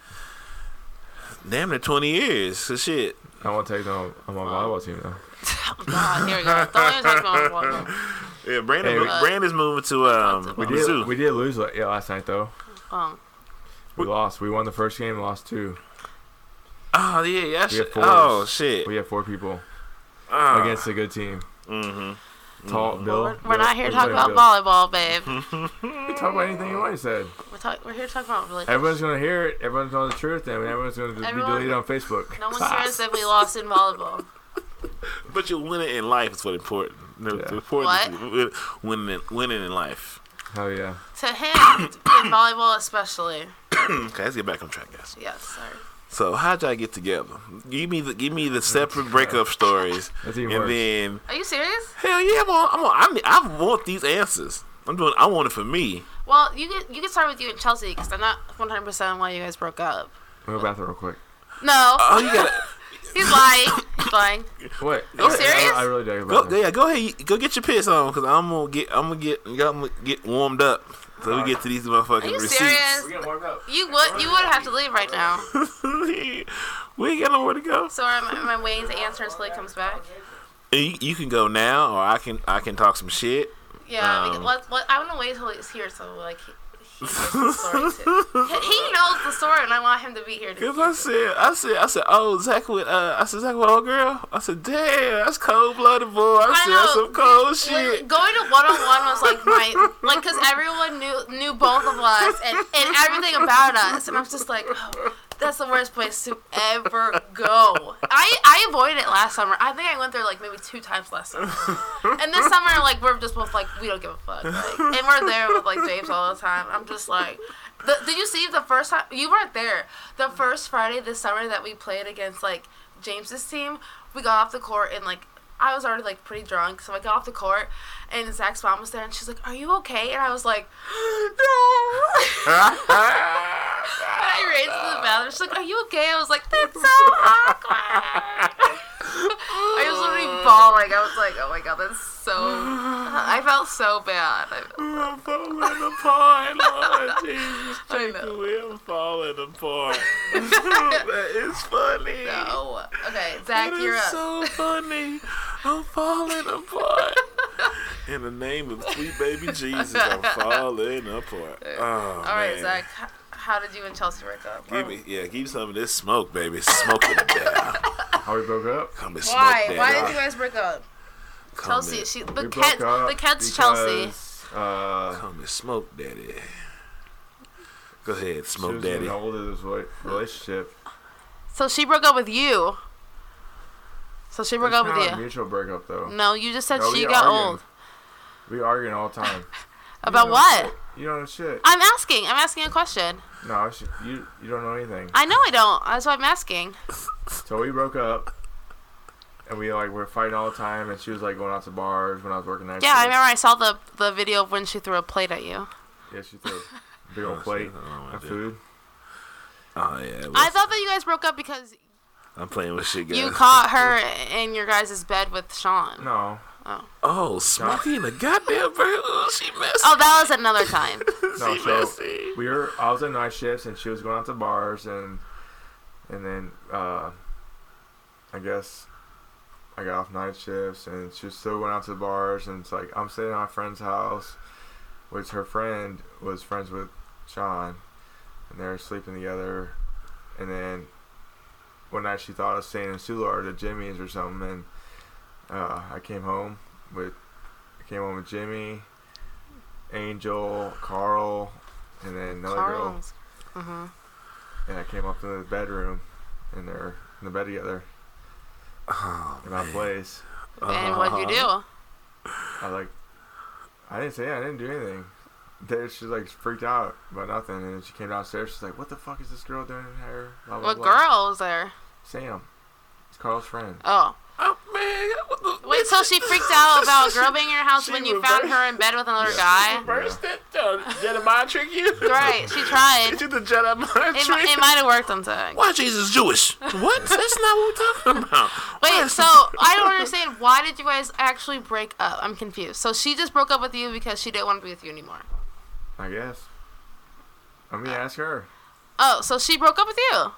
S5: damn near twenty years. So shit.
S4: I want to take them on, on my volleyball team though.
S3: Oh God, here we go. Don't even talk about water.
S5: Yeah, Brandon,
S4: Hey, we-
S5: Brandon's moving to um
S3: We
S4: We did,
S5: Mizzou.
S4: we did lose like, yeah, last night though.
S3: Um,
S4: We lost. We won the first game. Lost two.
S5: oh yeah, yeah.
S4: We had
S5: shit.
S4: fours.
S5: Oh shit.
S4: We had four people
S5: Oh.
S4: against a good team. Mm-hmm. Tall Bill.
S3: we're, we're
S4: Bill-
S3: not here to talk about
S4: everybody
S3: volleyball, babe.
S4: Mm-hmm. Bill. Talk about anything you want. He said.
S3: We're, talk, we're here to talk about relationships.
S4: Everyone's gonna hear it. Everyone's gonna know the truth, and everyone's gonna
S3: Everyone-
S4: be deleted on Facebook.
S3: No one cares if we lost in volleyball.
S5: But you're winning in life is what important. The,
S4: Yeah.
S5: the important is uh, winning winning in life.
S4: Hell yeah.
S3: To him, in volleyball especially.
S5: Okay, let's get back on track, guys.
S3: Yes, sorry.
S5: So how'd y'all get together? Give me the give me the separate breakup stories,
S4: That's
S5: and
S4: even worse.
S5: then
S3: Are you serious?
S5: hell yeah, I'm on, I'm on, I, mean, I want these answers. I'm doing I want it for me.
S3: Well, you can you can start with you and Chelsea because I'm not 100 percent why you guys broke up.
S4: Let me go bathroom real quick.
S3: No,
S5: Oh,
S4: Uh,
S5: you gotta
S3: he's lying. He's lying.
S4: Wait.
S5: Go ahead.
S3: serious?
S4: I, I really don't.
S5: go yeah go ahead you- go get your piss on because I'm gonna get I'm gonna get I'm gonna get warmed up so we get to these motherfucking
S3: Are you
S5: receipts.
S3: serious?
S4: getting warmed up.
S3: You would you would have to leave right now.
S5: we ain't got nowhere to go.
S3: So am, I- am I waiting to answer until he comes back?
S5: And You, you can go now, or I can I can talk some shit.
S3: Yeah, we
S5: Um.
S3: can, let, let, I want to wait until he's here so like he, he gets the story too. He- He knows the story, and I want him to be here. To,
S5: Cause I said, I said, I said, oh Zach with, uh, I said Zach with old girl. I said, damn, that's cold blooded boy. I,
S3: I
S5: said that's
S3: know.
S5: some cold
S3: Literally,
S5: shit.
S3: going to one on one was like my like because everyone knew knew both of us and, and everything about us, and I'm just like. Oh. That's the worst place to ever go. I, I avoided it last summer. I think I went there like maybe two times last summer. And this summer, like we're just both like we don't give a fuck, like, and we're there with like babes all the time. I'm just like, the, did you see the first time you weren't there? The first Friday this summer that we played against like James's team, we got off the court and like I was already like pretty drunk, so I got off the court and Zach's mom was there and she's like, "Are you okay?" And I was like, "No." And I ran to the bathroom. She's like, "Are you okay?" I was like, "That's so awkward." I was literally bawling. I was like, "Oh my god, that's so." I felt so bad. I,
S5: I'm falling apart, Lord Jesus.
S3: I
S5: Take
S3: know.
S5: away, I'm falling apart. that is funny.
S3: No. Okay, Zach,
S5: That is
S3: you're up.
S5: so funny. I'm falling apart. In the name of sweet baby Jesus, I'm falling apart. Oh, All
S3: All right, Zach. h- How did you and Chelsea break up?
S5: Give me, yeah, give me some of this smoke, baby. Smoke it down.
S4: How we broke up?
S5: Come and smoke
S3: Why?
S5: that
S3: Why
S5: down.
S3: did you guys break up?
S5: Come
S3: Chelsea,
S5: and-
S3: she
S4: we
S3: the
S4: broke
S3: cat,
S4: up
S3: the cat's Chelsea.
S4: because, Uh,
S5: Come and smoke daddy. Go ahead,
S4: she
S5: smoke
S4: was getting
S5: daddy.
S4: old in this rela- relationship.
S3: So she broke up with you. So she broke up
S4: It's
S3: with
S4: not a
S3: you.
S4: mutual breakup though.
S3: No, you just said
S4: No,
S3: she
S4: we
S3: got
S4: arguing.
S3: old.
S4: We arguing all the time.
S3: About
S4: know
S3: what?
S4: You don't know shit.
S3: I'm asking. I'm asking a question.
S4: No, she, you you don't know anything.
S3: I know I don't. That's why I'm asking.
S4: So we broke up, and we like were fighting all the time. And she was like going out to bars when I was working night.
S3: Yeah, I
S4: shift.
S3: remember I saw the the video of when she threw a plate at you.
S4: Yeah, she threw a big old plate
S5: Oh, I don't wanna
S4: of
S5: do it.
S4: food.
S5: Oh yeah.
S3: I
S5: well,
S3: thought that you guys broke up because
S5: I'm playing with shit, guys.
S3: You caught her in your guys' bed with Sean.
S4: No,
S5: oh, Smokey in the goddamn bird. Oh, she messed.
S3: Oh, that was another time.
S4: no.
S5: she
S4: So
S5: messy.
S4: we were. I was in night shifts, and she was going out to bars, and and then uh, I guess I got off night shifts, and she was still going out to bars, and it's like I'm staying at my friend's house, which her friend was friends with Sean, and they're sleeping together, and then one night she thought I was staying in Sula or the Jimmy's or something, and uh, I came home with I came home with Jimmy, Angel, Carl, and then another girl
S3: Carl's.
S4: and I came up to the bedroom, and they're in the bed together. in my place,
S3: And what'd you do?
S4: I like, I didn't say I didn't do anything. There, she's like freaked out about nothing, and then she came downstairs. She's like, "What the fuck is this girl doing in here?" Blah, blah,
S3: What
S4: blah.
S3: girl was there?
S4: Sam. It's Carl's friend.
S3: Oh.
S5: Oh man, what the?
S3: Wait, so she freaked out about girl being in your house
S5: She
S3: when you found
S5: reversed-
S3: her in bed with another guy?
S5: First, that uh, Jedemiah trick you.
S3: Right, she tried.
S5: Did you the Jedemiah
S3: It, mi-
S5: trick?
S3: it might have worked on something.
S5: Why Jesus Jewish? What? That's not what we're talking about.
S3: Wait, so I don't understand. Why did you guys actually break up? I'm confused. So she just broke up with you because she didn't want to be with you anymore.
S4: I guess. I mean, ask her.
S3: Oh, so she broke up with you.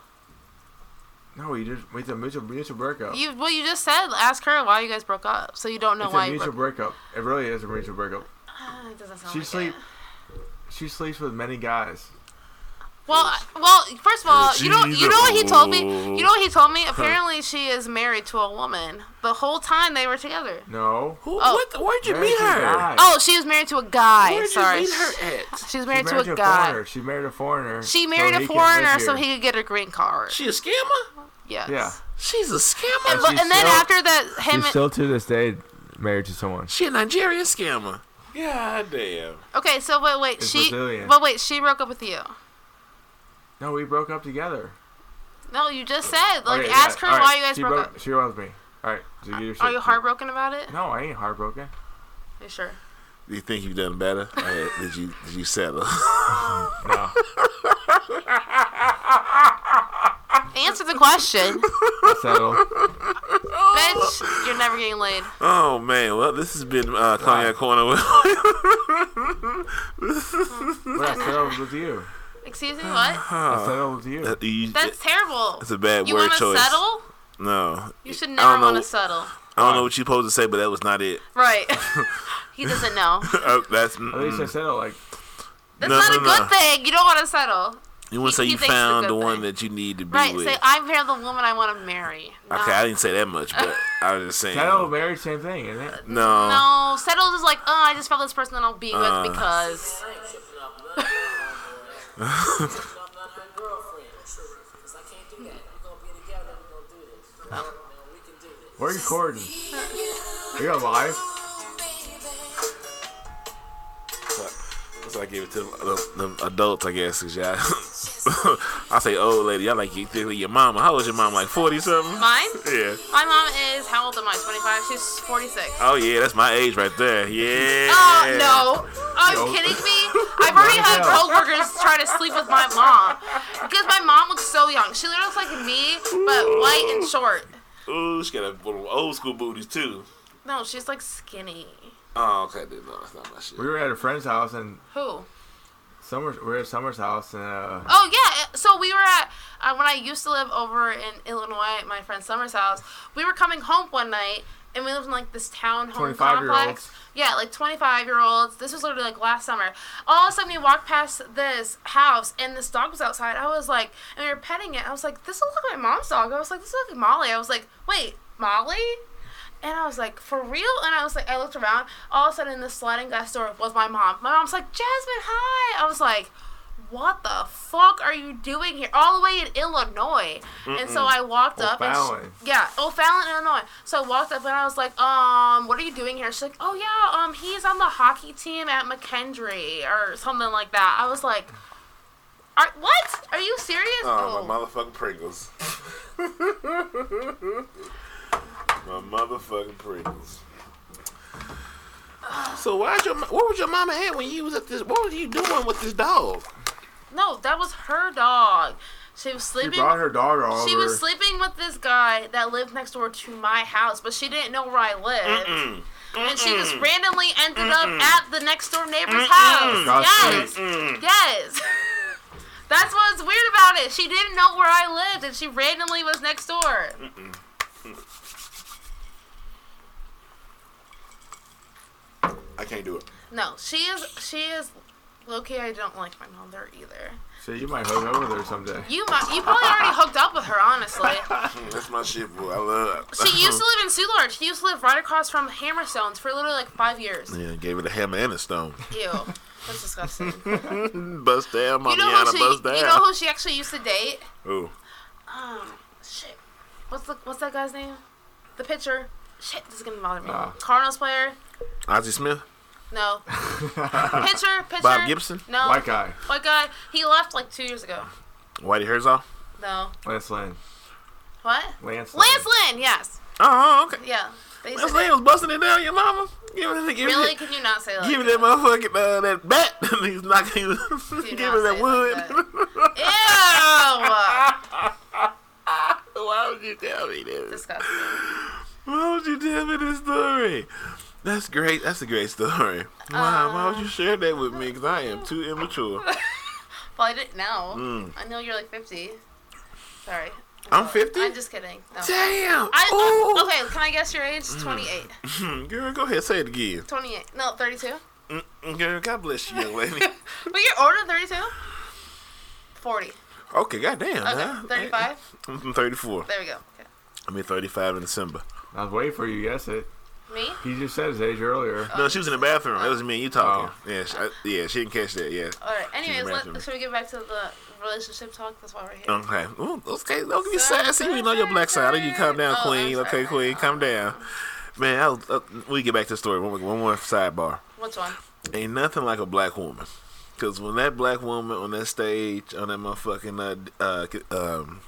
S4: No, we just we it's a mutual mutual breakup.
S3: You well, you just said ask her why you guys broke up. So you don't Oh, know
S4: it's
S3: why
S4: a
S3: you
S4: mutual
S3: broke up.
S4: breakup. It really is a mutual breakup.
S3: It doesn't sound
S4: She
S3: like
S4: sleep.
S3: it.
S4: She sleeps with many guys.
S3: Well, I- well, first of all, you know, you know what he told me. You know what he told me. Apparently, she is married to a woman. The whole time they were together.
S4: No.
S5: Who,
S3: Oh.
S5: what, where'd you
S4: Married
S5: meet
S4: to
S5: her?
S4: guys.
S3: Oh, she was married to a guy.
S5: Where'd
S3: Sorry,
S5: you meet her at?
S3: she was
S4: She
S3: married, to a
S4: a
S3: guy.
S4: foreigner. She married a foreigner.
S3: She
S4: so
S3: married
S4: he
S3: a
S4: can live
S3: foreigner so
S4: here.
S3: he could get a green card.
S5: She a scammer?
S3: yes.
S4: Yeah.
S5: She's a
S3: And,
S5: scammer.
S3: but,
S4: she's
S3: and then
S4: still-
S3: after that, him.
S4: She's still to this day married to someone.
S5: She a Nigerian scammer. God damn.
S3: okay, so wait, wait,
S4: It's
S3: she.
S4: Brazilian.
S3: But wait, she broke up with you.
S4: No, we broke up together.
S3: No, you just said like
S4: Okay,
S3: ask
S4: yeah,
S3: her
S4: all
S3: why
S4: right,
S3: you guys
S4: she
S3: broke
S4: broke-
S3: up.
S4: She loves me. All right, so get your
S3: Are
S4: shit.
S3: you heartbroken about it?
S4: No, I ain't heartbroken.
S3: Are you sure?
S5: Do you think you've done better? Or did you did you settle?
S4: No,
S3: Answer the question,
S4: settled.
S3: bitch. You're never getting laid.
S5: oh man, well this has been uh Cognac Corner with
S4: But I settled with you.
S3: Excuse me, what?
S4: I settled with you.
S5: you,
S3: That's terrible.
S5: it's a bad
S3: You
S5: word
S3: want to
S5: choice.
S3: settle?
S5: No.
S3: You should
S5: I
S3: never
S5: don't know-
S3: want to settle.
S5: I don't know what you're supposed to say, but that was not it.
S3: Right. he doesn't know.
S5: Uh, that's
S4: At least I settled. Like
S3: That's
S5: No,
S3: not a
S5: no,
S3: good
S5: no.
S3: thing. You don't want to settle.
S5: you want to say
S3: he
S5: you
S3: thinks it's a
S5: found the
S3: good
S5: one
S3: thing.
S5: that you need to be
S3: Right.
S5: with.
S3: Say, uh, I'm here the woman I want to marry. No.
S5: okay, I didn't say that much, but I was just saying.
S4: settled, married, same thing, isn't it?
S5: no.
S3: No, settled is like, oh, I just found this person that I'll be
S5: Uh.
S3: with because.
S6: I'm not her girlfriend. Because I can't do that. We're going to be together. We're going to do this. Now, we can do this.
S4: We're recording. Are you alive?
S5: So I give it to the, the, the adults, I guess, you y'all. I say old lady, y'all like you think your mama. How old is your mom? Like forty something?
S3: Mine?
S5: Yeah.
S3: My mom is, how old am I? 25? She's 46.
S5: Oh yeah, that's my age right there. Yeah.
S3: Oh, no. Are you
S4: No.
S3: kidding me? I've already had
S4: Yeah.
S3: coworkers try to sleep with my mom. Because my mom looks so young. She literally looks like me, but white and short.
S5: Ooh, she got a one of them old school booties too.
S3: No, she's like skinny.
S5: Oh, okay, then no, that's not my shit.
S4: We were at a friend's house and
S3: Who?
S4: Summers. We were at Summers' house and uh,
S3: Oh yeah. So we were at uh, when I used to live over in Illinois at my friend Summer's house. We were coming home one night, and we lived in like this town home
S4: 25-year-olds.
S3: complex. Yeah, like twenty five year olds. This was literally like last summer. All of a sudden, we walked past this house, and this dog was outside. I was like, and we were petting it. I was like, this looks like my mom's dog. I was like, this looks like Molly. I was like, wait, Molly. And I was like, for real? And I was like, I looked around. All of a sudden, the sliding glass door was my mom. My mom's like, Jasmine, hi. I was like, what the fuck are you doing here? All the way in Illinois. And so I walked up. And
S4: O'Fallon.
S3: she, yeah, O'Fallon, Illinois. So I walked up and I was like, um, what are you doing here? She's like, oh yeah, um, he's on the hockey team at McKendree or something like that. I was like, are, what? Are you serious?
S5: Oh,
S3: Oh.
S5: my motherfucking Pringles. my motherfucking Pringles. So why'd your what was your mama at when you was at this? What were you doing with this dog?
S3: No, that was her dog. She was
S4: She
S3: sleeping.
S4: brought her daughter over.
S3: She was sleeping with this guy that lived next door to my house, but she didn't know where I lived. And she just randomly ended up at the next door neighbor's house.
S4: God's
S3: yes. Yes. That's what's weird about it. She didn't know where I lived, and she randomly was next door.
S7: I can't do it.
S3: No, she is. She is. Loki, I don't like my mom there either.
S4: so you might hook up with her someday.
S3: You might, you probably already hooked up with her, honestly.
S7: That's my shit, boo. I love it.
S3: She used to live in Soulard. She used to live right across from Hammerstones for literally like five years.
S5: Yeah, gave it a hammer and a stone.
S3: Ew. That's disgusting.
S5: Bust down,
S3: You
S5: Mama
S3: know who
S5: Yana,
S3: she?
S5: bust
S3: You know
S5: down.
S3: who she actually used to date?
S5: Ooh.
S3: Um, shit. What's the What's that guy's name? The pitcher. Shit, this is gonna bother me.
S5: Uh.
S4: Ah.
S3: Cardinals player?
S5: Ozzie Smith,
S3: No. pitcher. Pitcher.
S5: Bob Gibson,
S3: No.
S4: White guy,
S3: White guy. He left like two years ago.
S5: Whitey Herzog.
S3: No.
S4: Lance Lynn.
S3: What?
S4: Lance. Lynn.
S3: Lance Lynn. Yes.
S5: Oh, okay.
S3: Yeah. They used
S5: That's
S3: to
S5: like
S3: date.
S5: it was busting it down your mama. Give it, give
S3: Really?
S5: it,
S3: Can you not say like
S5: give it
S3: that?
S5: that motherfucking uh, that bat. He's knocking. He was, give
S3: not
S5: it that
S3: say it like
S5: wood.
S3: Ew.
S5: Why would you tell me this?
S3: Disgusting.
S5: Why would you tell me this story? That's great. That's a great story. Why? why would you share that with me? Because I am too immature.
S3: Well, I didn't know.
S5: Hmm.
S3: I know you're like 50. Sorry.
S5: I'm
S3: not.
S5: 50?
S3: I'm just kidding. No.
S5: Damn.
S3: I, uh,
S5: Ooh.
S3: okay, can I guess your age?
S5: Mm.
S3: 28.
S5: Hmm, Girl, go ahead. Say it again.
S3: 28. No, 32.
S5: Mm, Girl, God bless you, young lady.
S3: But you're older than 32? 40.
S5: okay, goddamn.
S3: Okay,
S5: huh?
S3: 35.
S5: I'm 34.
S3: There we go. Okay.
S5: I mean, 35 in December.
S4: I was waiting for you. to Guess it.
S3: Me?
S4: He just said his age earlier.
S5: No, she was in the bathroom. That was me and you talking. Yeah, she, I, yeah, she didn't catch that. Yeah.
S3: Alright, anyways,
S5: imagine. Um,
S3: let, should we get back to the relationship talk? That's why we're here.
S5: Okay. Ooh, okay. Don't be sassy. We know your black side. You calm down,
S3: Oh,
S5: queen.
S3: I'm
S5: Okay,
S3: sorry.
S5: queen, calm down. Man, I was, uh, we get back to the story. One, more- one more sidebar.
S3: Which one?
S5: Ain't nothing like a black woman. Cause when that black woman on that stage on that motherfucking uh, d- uh c- um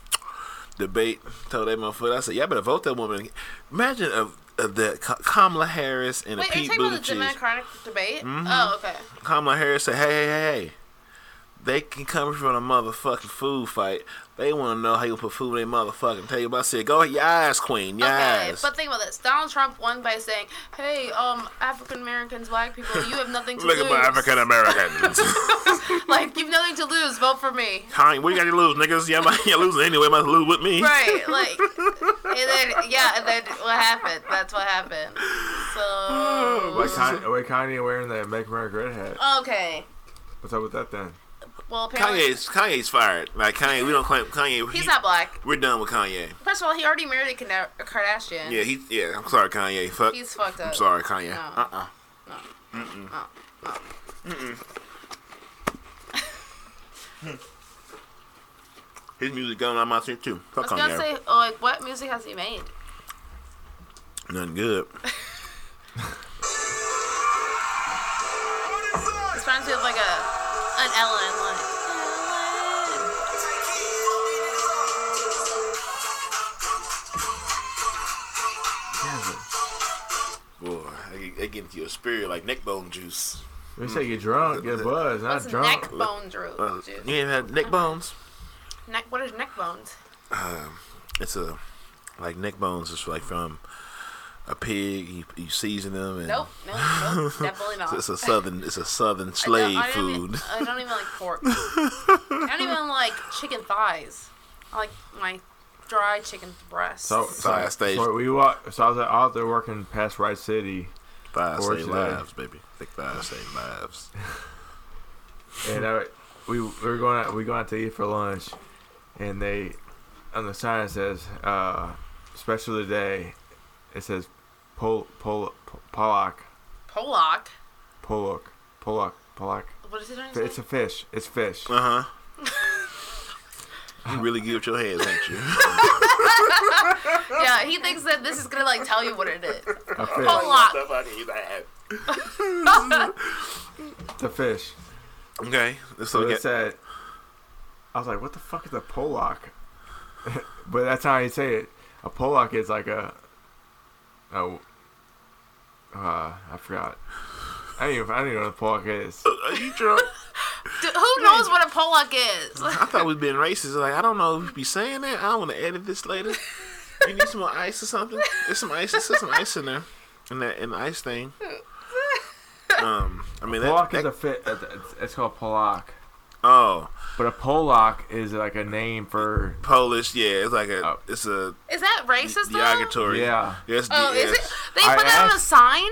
S5: debate told that motherfucker, I said, "Y'all better vote that woman." Imagine of of that Ka- Kamala Harris and
S3: Wait,
S5: a
S3: are you
S5: Pete
S3: talking about the
S5: Buttigieg. Mm-hmm.
S3: democratic debate? Oh, okay.
S5: Kamala Harris said, "Hey, hey, hey, hey, they can come from a motherfucking food fight. They want to know how you put food in their motherfucking table." I said, "Go, yes, queen,
S3: Okay,
S5: yes."
S3: but think about this. Donald Trump won by saying, "Hey, um, African Americans, black people, you have nothing to
S5: Look
S3: lose.
S5: at my African Americans.
S3: like, you've nothing to lose. Vote for me."
S5: Kanye, what you got to lose, niggas? Y'all, might- y'all losing anyway. Might as well lose with me.
S3: Right, like, and then yeah, and then what happened? That's what hhappened. So
S4: Wait, Kanye, wait, Kanye wearing that Make America Red hat.
S3: okay,
S4: What's up with that then?
S3: well apparently
S5: Kanye's Kanye's fired. Like Kanye, we don't claim Kanye.
S3: he's
S5: he-
S3: not black.
S5: We're done with Kanye.
S3: First of all, he already married a Kana- a Kardashian.
S5: Yeah, he. Yeah, I'm sorry, Kanye. Fuck.
S3: he's fucked up.
S5: I'm sorry, Kanye.
S3: No.
S5: Uh uh His music going on my shit too.
S3: I
S5: Fuck
S3: was gonna
S5: Kanye.
S3: say, oh, like, what music has he made?
S5: Nothing good.
S3: This reminds me of like a an Ellen, like. Ellen.
S4: Yeah,
S5: Boy, they get- they get into your spirit like neck bone juice.
S4: but they say get drunk, get buzzed, not
S3: What's
S4: drunk.
S3: neck bone drew?
S5: Uh,
S3: juice?
S5: you ain't had neck bones.
S3: Neck. What is neck bones?
S5: It's a like neck bones is like from a pig. You, you season them and
S3: Nope. Nope. nope definitely not.
S5: it's a southern. It's a southern
S3: I don't- e-
S5: slave
S3: I don't even-
S5: food.
S3: I don't even like pork. I don't even like chicken thighs. I like my dry chicken breasts.
S4: So,
S5: Sorry, I staged-
S4: so we walk. So I was at out there working past Wright City,
S5: Five
S4: Or
S5: save
S4: today.
S5: lives, baby. Thick five save lives.
S4: and I, we, we were going out. We going out to eat for lunch, and they on the sign it says uh, special today. It says Pol Pol Pollock
S3: Pollock.
S4: Pollock Pollock Pollock.
S3: What is it? trying to
S4: It's
S3: say?
S4: a fish. It's fish.
S5: Uh huh. you really give your hands, ain't you?
S3: Yeah, he thinks that this is gonna like tell you what it is.
S4: A fish.
S3: Pollock.
S4: It's a fish.
S5: okay. So
S4: So
S5: we
S4: they
S5: got,
S4: said, I was like, what the fuck is a Pollock? but that's how you say it. A Pollock is like a, a uh, I forgot. I don't even, I don't even know what a Pollock is.
S5: are you drunk?
S3: D- who knows what a Pollock is?
S5: I thought we was being racist. Like I don't know if we be saying that. I don't want to edit this later. You need some more ice or something? There's some ice. There's some ice in there, in that in the ice thing. Um, I mean that.
S4: Polak is
S5: that
S4: a fit. It's, it's called Polak,
S5: oh,
S4: but a Polak is like a name for
S5: Polish. Yeah, it's like a.
S4: Oh.
S5: It's a
S3: Is that racist? though?
S5: derogatory.
S4: Yeah.
S5: Yes.
S3: Oh, is it?
S5: DS.
S3: They
S4: I
S3: put that on a
S4: asked-
S3: sign.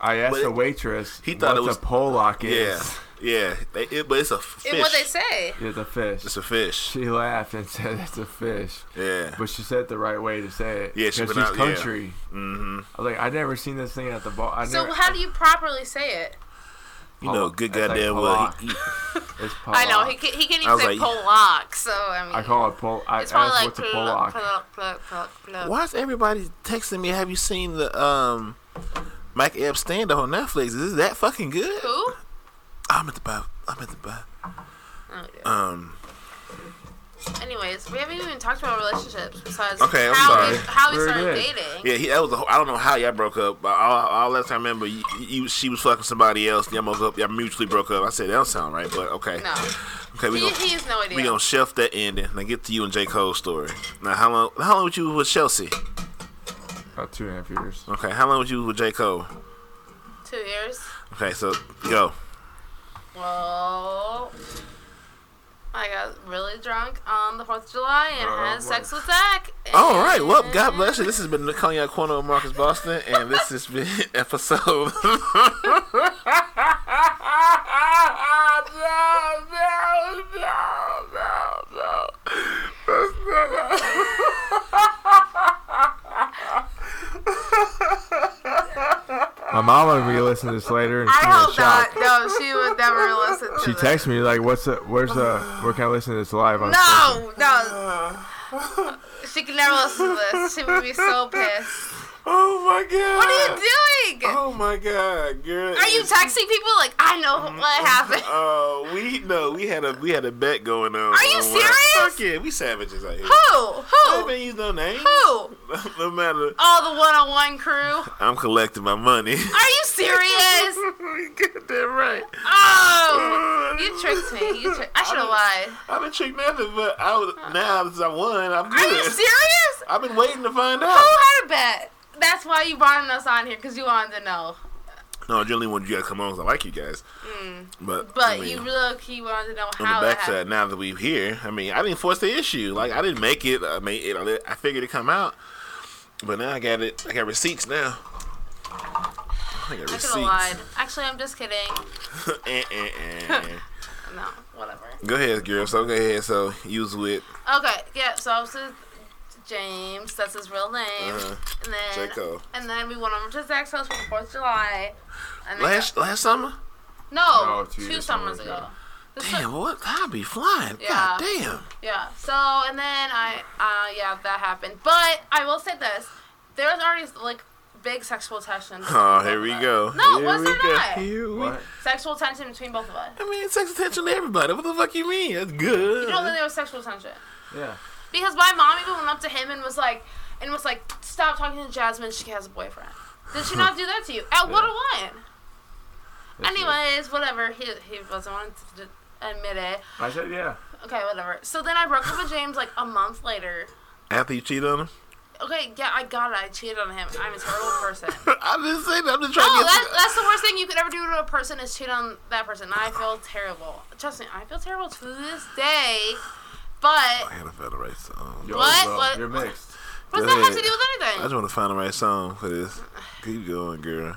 S4: I asked
S5: But
S4: the
S5: it-
S4: waitress
S5: he thought it
S4: what
S5: was-
S4: a Polak
S5: Yeah.
S4: is.
S5: Yeah. They, it, but it's a fish.
S3: It, what they say?
S4: It's a fish.
S5: It's a fish.
S4: She laughed and said it's a fish.
S5: Yeah.
S4: But she said it the right way to say it.
S5: Yeah, she
S4: 'cause
S5: pronounced-
S4: she's
S5: yeah. Mm-hmm.
S4: country. I was like, I never seen this thing at the bar. I
S3: So
S4: never,
S3: how do you properly say it?
S5: You know, good
S4: That's like
S5: goddamn well.
S4: Polak.
S5: He, he,
S4: It's Polak.
S3: I know he can't, he can't
S5: I
S3: even
S5: was
S3: say
S5: like-
S3: Pollock. So I mean,
S4: I call it Pol. I
S3: it's
S4: asked
S3: probably like
S4: what's a
S3: Pollock,
S4: Polak.
S3: Pollock, Pollock, Pollock, Pollock.
S5: Why is everybody texting me? Have you seen the um Mike Epps stand up on Netflix? Is it that fucking good?
S3: Who?
S5: I'm at the buy. I'm at the buy.
S3: Oh, dear.
S5: Um,
S3: Anyways, we haven't even talked about relationships besides
S5: Okay, I'm
S3: how
S5: sorry.
S3: we how we
S4: We're
S3: started
S4: good.
S3: dating.
S5: yeah, he, that was. A, whole- I don't know how y'all broke up, but all, all last I remember, you, you, she was fucking somebody else. Y'all broke up. Y'all mutually broke up. I said that don't sound right, but okay.
S3: No,
S5: Okay, we
S3: he,
S5: gonna
S3: he has no idea.
S5: we gonna shelf that ending. Now get to you and J Cole's story. Now how long? How long were you with Chelsea?
S4: About two and a half years.
S5: Okay, how long were you with J Cole?
S3: Two years.
S5: Okay, so go.
S3: Well, I got really drunk on the Fourth of July and
S4: Oh,
S3: had sex
S4: boy.
S3: with Zach.
S5: All right. Well,
S3: and-
S5: God bless you. This has been the Cognac Corner with Marcus Boston, and this has been episode.
S4: My mama will be listening to this later, and she's
S3: I
S4: gonna
S3: hope
S4: shock.
S3: not. No, she would never listen to
S4: She
S3: this.
S4: texted me like, "What's the? Where's the? Where can I listen to this live?" on Spotify?"
S3: No, no. She can never listen to this. She would be so pissed.
S5: oh my God.
S3: What are you doing?
S5: Oh my God, girl.
S3: Are you texting people like I know
S4: Mm,
S3: what happened?
S5: Oh, we no, we had a we had a bet going on.
S3: Are you
S5: Oh,
S3: serious?
S5: Fuck yeah, we savages out here.
S3: Who?
S5: I
S3: Who?
S5: haven't used no name.
S3: Who?
S5: no matter.
S3: All the one-on-one crew.
S5: I'm collecting my money.
S3: Are you serious?
S5: you got that right.
S3: Oh, you tricked me. You tri- I should have lied.
S5: I didn't trick nothing, but I was now since I won, I'm
S3: Are you
S5: good.
S3: serious?
S5: I've been waiting to find
S3: Who
S5: out.
S3: had a bet? That's why you brought us on here because you wanted to know.
S5: No, I generally when you guys come on, 'cause I like you guys. But
S3: Mm. But
S5: I mean,
S3: you look, he wanted to know
S5: on
S3: how
S5: the
S3: it
S5: backside,
S3: happened.
S5: now that we're here, I mean, I didn't force the issue. Like I didn't make it. I made it. I, let- I figured it come out. But now I got it. I got receipts now. I got
S3: I could
S5: receipts.
S3: have lied. Actually, I'm just kidding.
S5: Eh, eh, eh.
S3: No, whatever.
S5: go ahead, girl. So go ahead. So you was with
S3: Okay, yeah. So I was with James. That's his real name.
S5: Uh-huh.
S3: And then
S5: Jaco.
S3: and then we went over to Zach's house for the Fourth of July. And then-
S5: last last summer.
S3: no,
S4: No, two
S3: two,
S4: years
S3: summers
S4: ago.
S3: ago. This
S5: Damn, what? I'd be flying.
S3: Yeah.
S5: God damn.
S3: Yeah. So and then I uh yeah that happened. But I will say this: there's already like big sexual tension. between
S5: Oh,
S3: both
S5: here
S3: of
S5: we
S3: us.
S5: go.
S3: No,
S5: here
S3: was
S5: we
S3: there
S5: go.
S3: not?
S5: Here we.
S4: What?
S3: Sexual tension between both of us.
S5: I mean, sex attention to everybody. What the fuck you mean? That's good.
S3: You don't think there was sexual tension?
S4: Yeah.
S3: Because my mom even went up to him and was like, and was like, stop talking to Jasmine. She has a boyfriend. Did she not do that to you? At what a one.
S4: That's it.
S3: Anyways, whatever. He he wasn't wanting to d- admit it.
S4: I said, "Yeah."
S3: Okay, whatever. So then I broke up with James like a month later.
S5: After you cheat on him.
S3: Okay, yeah, I got it. I cheated on him. I'm a terrible person.
S5: I didn't say that. I'm just trying
S3: No,
S5: to get.
S3: that, Oh, that's the worst thing you could ever do to a person is cheat on that person. And I feel terrible. Trust me, I feel terrible to this day. But
S5: I gotta find the right song.
S4: You
S3: What?
S4: always will.
S3: What?
S4: You're mixed.
S3: what does that have to
S5: Hey.
S3: do with
S5: I
S3: anything?
S5: just want to find the right song for this. Keep going, girl.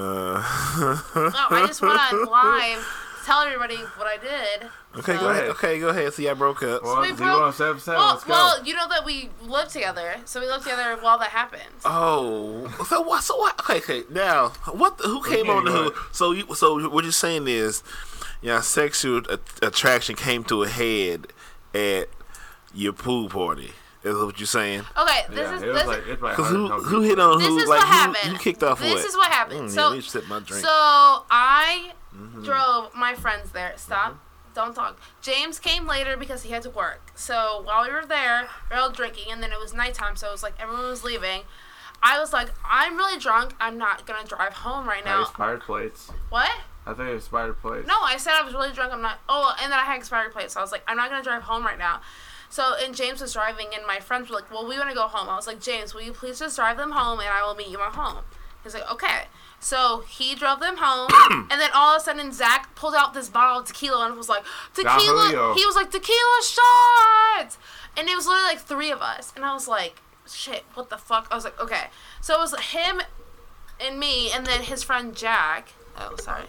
S5: Uh,
S3: No, I just want to live tell everybody what I did.
S5: okay, go ahead. Okay, go ahead. See, I broke up.
S4: One
S3: we
S4: zero
S3: broke-
S4: seven seven.
S3: Well,
S4: Let's go.
S3: well, you know that we lived together, so we lived together while that happened.
S5: Oh, so what? So what? Okay, okay. Now, what? the- Who came
S4: Okay,
S5: on to
S4: go
S5: who? So, you, so what you're saying is, your sexual a- attraction came to a head at your pool party. Is what you're saying?
S3: Okay, this
S4: yeah,
S3: is
S4: it was
S3: this.
S4: like it's like
S5: Because
S4: 100
S5: who
S4: something.
S5: who hit on
S3: This
S5: who?
S3: is
S5: like
S3: what
S5: who,
S3: happened.
S5: who kicked off
S3: This
S5: what?
S3: is what happened.
S5: Mm, yeah,
S3: So-
S5: let me sip my drink. Mm-hmm.
S3: So I drove my friends there. Stop. Don't talk. James came later because he had to work. So while we were there, we were all drinking, and then it was nighttime, so it was like everyone was leaving. I was like, I'm really drunk. I'm not gonna drive home right now.
S4: Nice pirate plates.
S3: What?
S4: I think it's Spider Place.
S3: No, I said I was really drunk. I'm not. Oh, and then I had expired plates. So I was like, I'm not gonna drive home right now. So and James was driving, and my friends were like, Well, we want to go home. I was like, James, will you please just drive them home, and I will meet you at home. He's like, Okay. So he drove them home, and then all of a sudden Zach pulled out this bottle of tequila and was like,
S4: Julio.
S3: Tequila. He was like, Tequila shots, and it was literally like three of us, and I was like, Shit, what the fuck? I was like, Okay. So it was him and me, and then his friend Jack. Oh, sorry.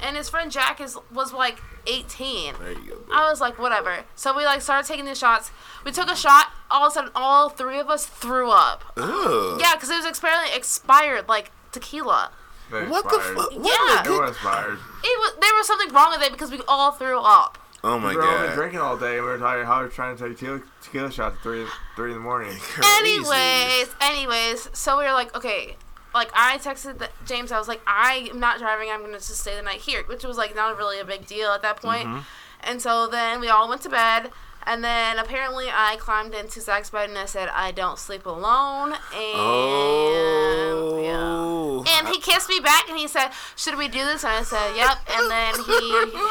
S3: And his friend Jack is was like 18.
S5: There you go.
S3: I was like, whatever. So we like started taking the shots. We took a shot. All of a sudden, all three of us threw up.
S5: Ugh.
S3: Yeah, because it was apparently expired like tequila.
S4: They
S5: What the
S4: expired.
S5: fuck?
S3: Yeah.
S4: They were expired.
S3: It was there was something wrong with it because we all threw up.
S5: Oh my
S4: We were only
S5: god.
S4: drinking all day. and We were tired. How we were trying to take tequila, tequila shots at three three in the morning.
S3: Anyways, anyways, so we were like, okay, like I texted the, James. I was like, I'm not driving. I'm gonna just stay the night here, which was like not really a big deal at that point.
S5: Mm-hmm.
S3: And so then we all went to bed. And then apparently I climbed into Zach's bed and I said I don't sleep alone. And yeah.
S5: Oh.
S3: And he kissed me back and he said, "Should we do this?" And I said, "Yep." And then he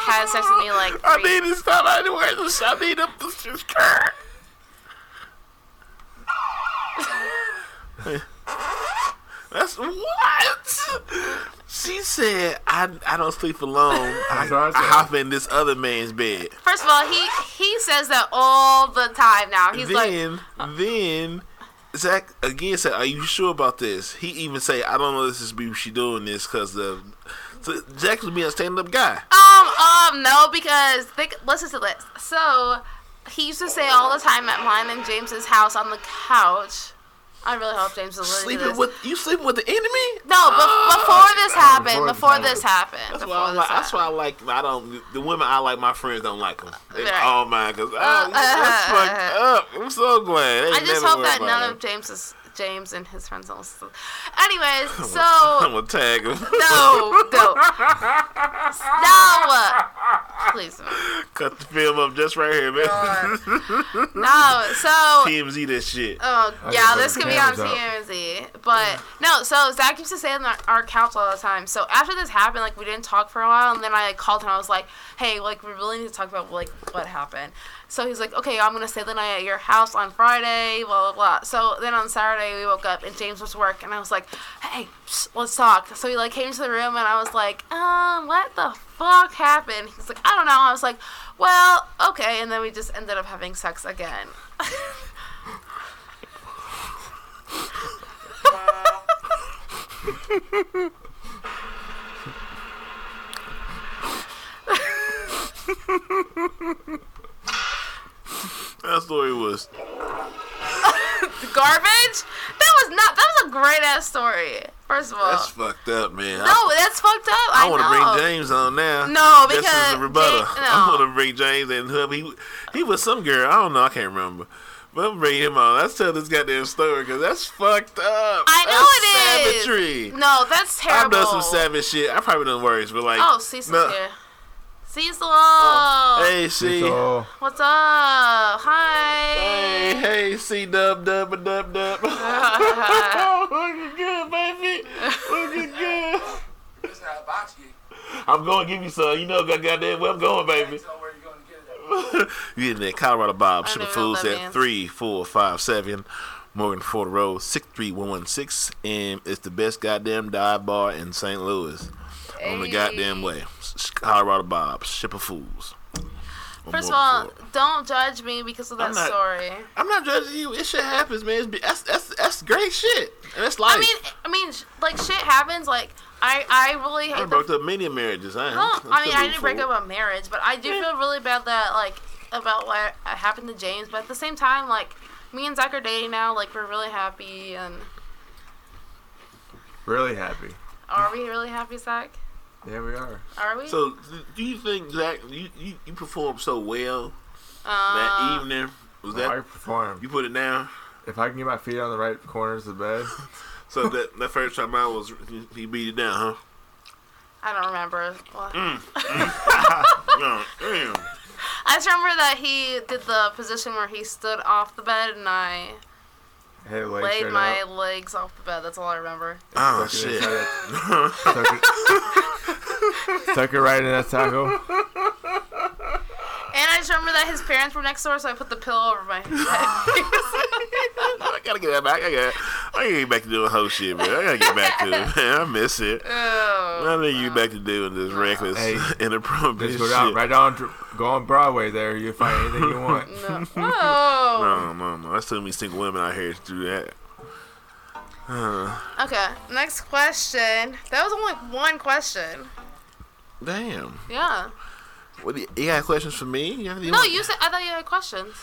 S3: had sex with me like three.
S5: I need to stop. I need to wear this. I need to. this is- grr. That's what she said. I I don't sleep alone. I,
S4: That's what I
S5: I
S4: said.
S5: hop in this other man's bed.
S3: First of all, he he says that all the time now. He's like, uh,
S5: then then Zach again said, "Are you sure about this?" He even say, "I don't know. This is be she doing this because of." So Zach was being a stand up guy.
S3: Um, um, no, because think, listen to this. So he used to say all the time at mine and James's house on the couch. I really hope James is listening to
S5: Sleeping
S3: this.
S5: with Ah! you sleeping with the enemy.
S3: no, bef- before this happened,
S4: Before
S3: before
S4: this
S3: this happened,
S5: That's
S3: before
S5: why, I
S3: this
S5: like, that's
S3: happened.
S5: why I like I don't the women I like my friends don't like them. They
S3: Right.
S5: all mine because oh,
S3: Uh,
S5: that's
S3: uh,
S5: fucked up. I'm so glad. They
S3: I just
S5: never
S3: hope
S5: worry
S3: that
S5: about
S3: none
S5: it.
S3: of James's James and his friends don't. listen. Anyways,
S5: I'm
S3: so
S5: gonna tag them.
S3: no, no, no, please,
S5: Cut the film up just right here, man.
S3: no. So
S5: TMZ that shit.
S3: Oh
S4: I
S3: yeah,
S4: gotta
S3: this
S4: put
S3: could
S4: the
S3: be on
S4: cameras
S3: TMZ. But no, so Zach used to say on our, our couch all the time. So after this happened, like we didn't talk for a while, and then I like, called him. I was like, "Hey, like we really need to talk about like what happened." So he's like, "Okay, I'm gonna stay the night at your house on Friday." Blah blah blah. So then on Saturday we woke up and James was work, and I was like, "Hey, psst, let's talk." So he like came to the room, and I was like, "Um, what the fuck happened?" He's like, "I don't know." I was like, "Well, okay," and then we just ended up having sex again.
S5: That story was
S3: garbage. That was not. That was a great ass story. First of all,
S5: that's fucked up, man. I-
S3: Uh, no, that's fucked up. I,
S5: I want to
S3: know.
S5: bring James on now.
S3: No,
S5: this is
S3: because
S5: a rebuttal.
S3: Ja-
S5: I
S3: no.
S5: want to bring James and him. He he was some girl. I don't know. I can't remember. But I'm bringing him on. Let's tell this goddamn story because that's fucked up.
S3: I know
S5: that's
S3: it is.
S5: savagery.
S3: No, that's
S5: I've
S3: terrible.
S5: done some savage shit. I probably done worse, but like,
S3: Oh, Cecil's
S5: no.
S3: here. Cecil,
S5: Hey, C.
S4: So
S3: Oh, what's up? Hi.
S5: Hey, hey, C. Dub, dub, a dub, dub. Oh, Looking good, baby. Looking good.
S6: It's not about you.
S5: I'm going to give you some. You know, goddamn where I'm going, baby.
S6: Tell where you're going to get it at.
S5: you in there, Colorado Bob,
S3: I
S5: Sugar
S3: know
S5: Foods
S3: that
S5: at
S3: means.
S5: 3457 Morgan Ford Road, 63116. And it's the best goddamn dive bar in St. Louis. On the
S3: Hey.
S5: goddamn way. S- Colorado Bob, Ship of Fools. On
S3: First of
S5: Morgan
S3: all,
S5: Ford.
S3: don't judge me because of that
S5: I'm not-
S3: story.
S5: I'm not judging you. It shit happens, man. It's be, that's, that's, that's great shit. And that's life.
S3: I mean, I mean, sh- like shit happens. Like I, I really
S5: I
S3: hate
S5: done
S3: the
S5: broke up many marriages. I, ain't-
S3: No,
S5: I'm
S3: Oh, I mean
S5: still
S3: I
S5: moving
S3: didn't break
S5: forward.
S3: up a marriage, but I do feel really bad that like about what happened to James. But at the same time, like me and Zach are dating now. Like we're really happy, and
S4: really happy.
S3: are we really happy, Zach?
S4: Yeah, we are.
S3: Are we?
S5: So, th- do you think, Zach, you, you, you performed so well that
S3: uh,
S5: evening? Was
S4: I
S5: that.
S4: perform.
S5: You put it down?
S4: If I can get my feet on the right corners of the bed,
S5: So that that first time out was he beat it down,
S3: I don't remember. Well,
S5: huh? Oh, Damn.
S3: I just remember that he did the position where he stood off the bed, and I
S4: Had a leg
S3: laid
S4: straight
S3: my
S4: up,
S3: legs off the bed. That's all I remember.
S5: Oh
S4: tucked it
S5: shit!
S4: inside that- Tuck it, tuck it right in that taco.
S3: And I just remember that his parents were next door, so I put the pillow over my head.
S5: I gotta get back. I got. I gotta get back to doing whole shit, man. I gotta get back to it. Man, I miss it. Uh,
S3: oh,
S5: I need you back to doing this reckless,
S4: Hey,
S5: inappropriate
S4: Just
S5: shit.
S4: go down, right down, to- go on Broadway. There, you'll find anything you want.
S3: no. Whoa.
S5: No, no, no. That's too many single women out here to do that.
S3: Okay, next question. That was only one question.
S5: Damn.
S3: Yeah.
S5: What do you, you got questions for me? You have- you
S3: No,
S5: want-
S3: you said I thought you had questions.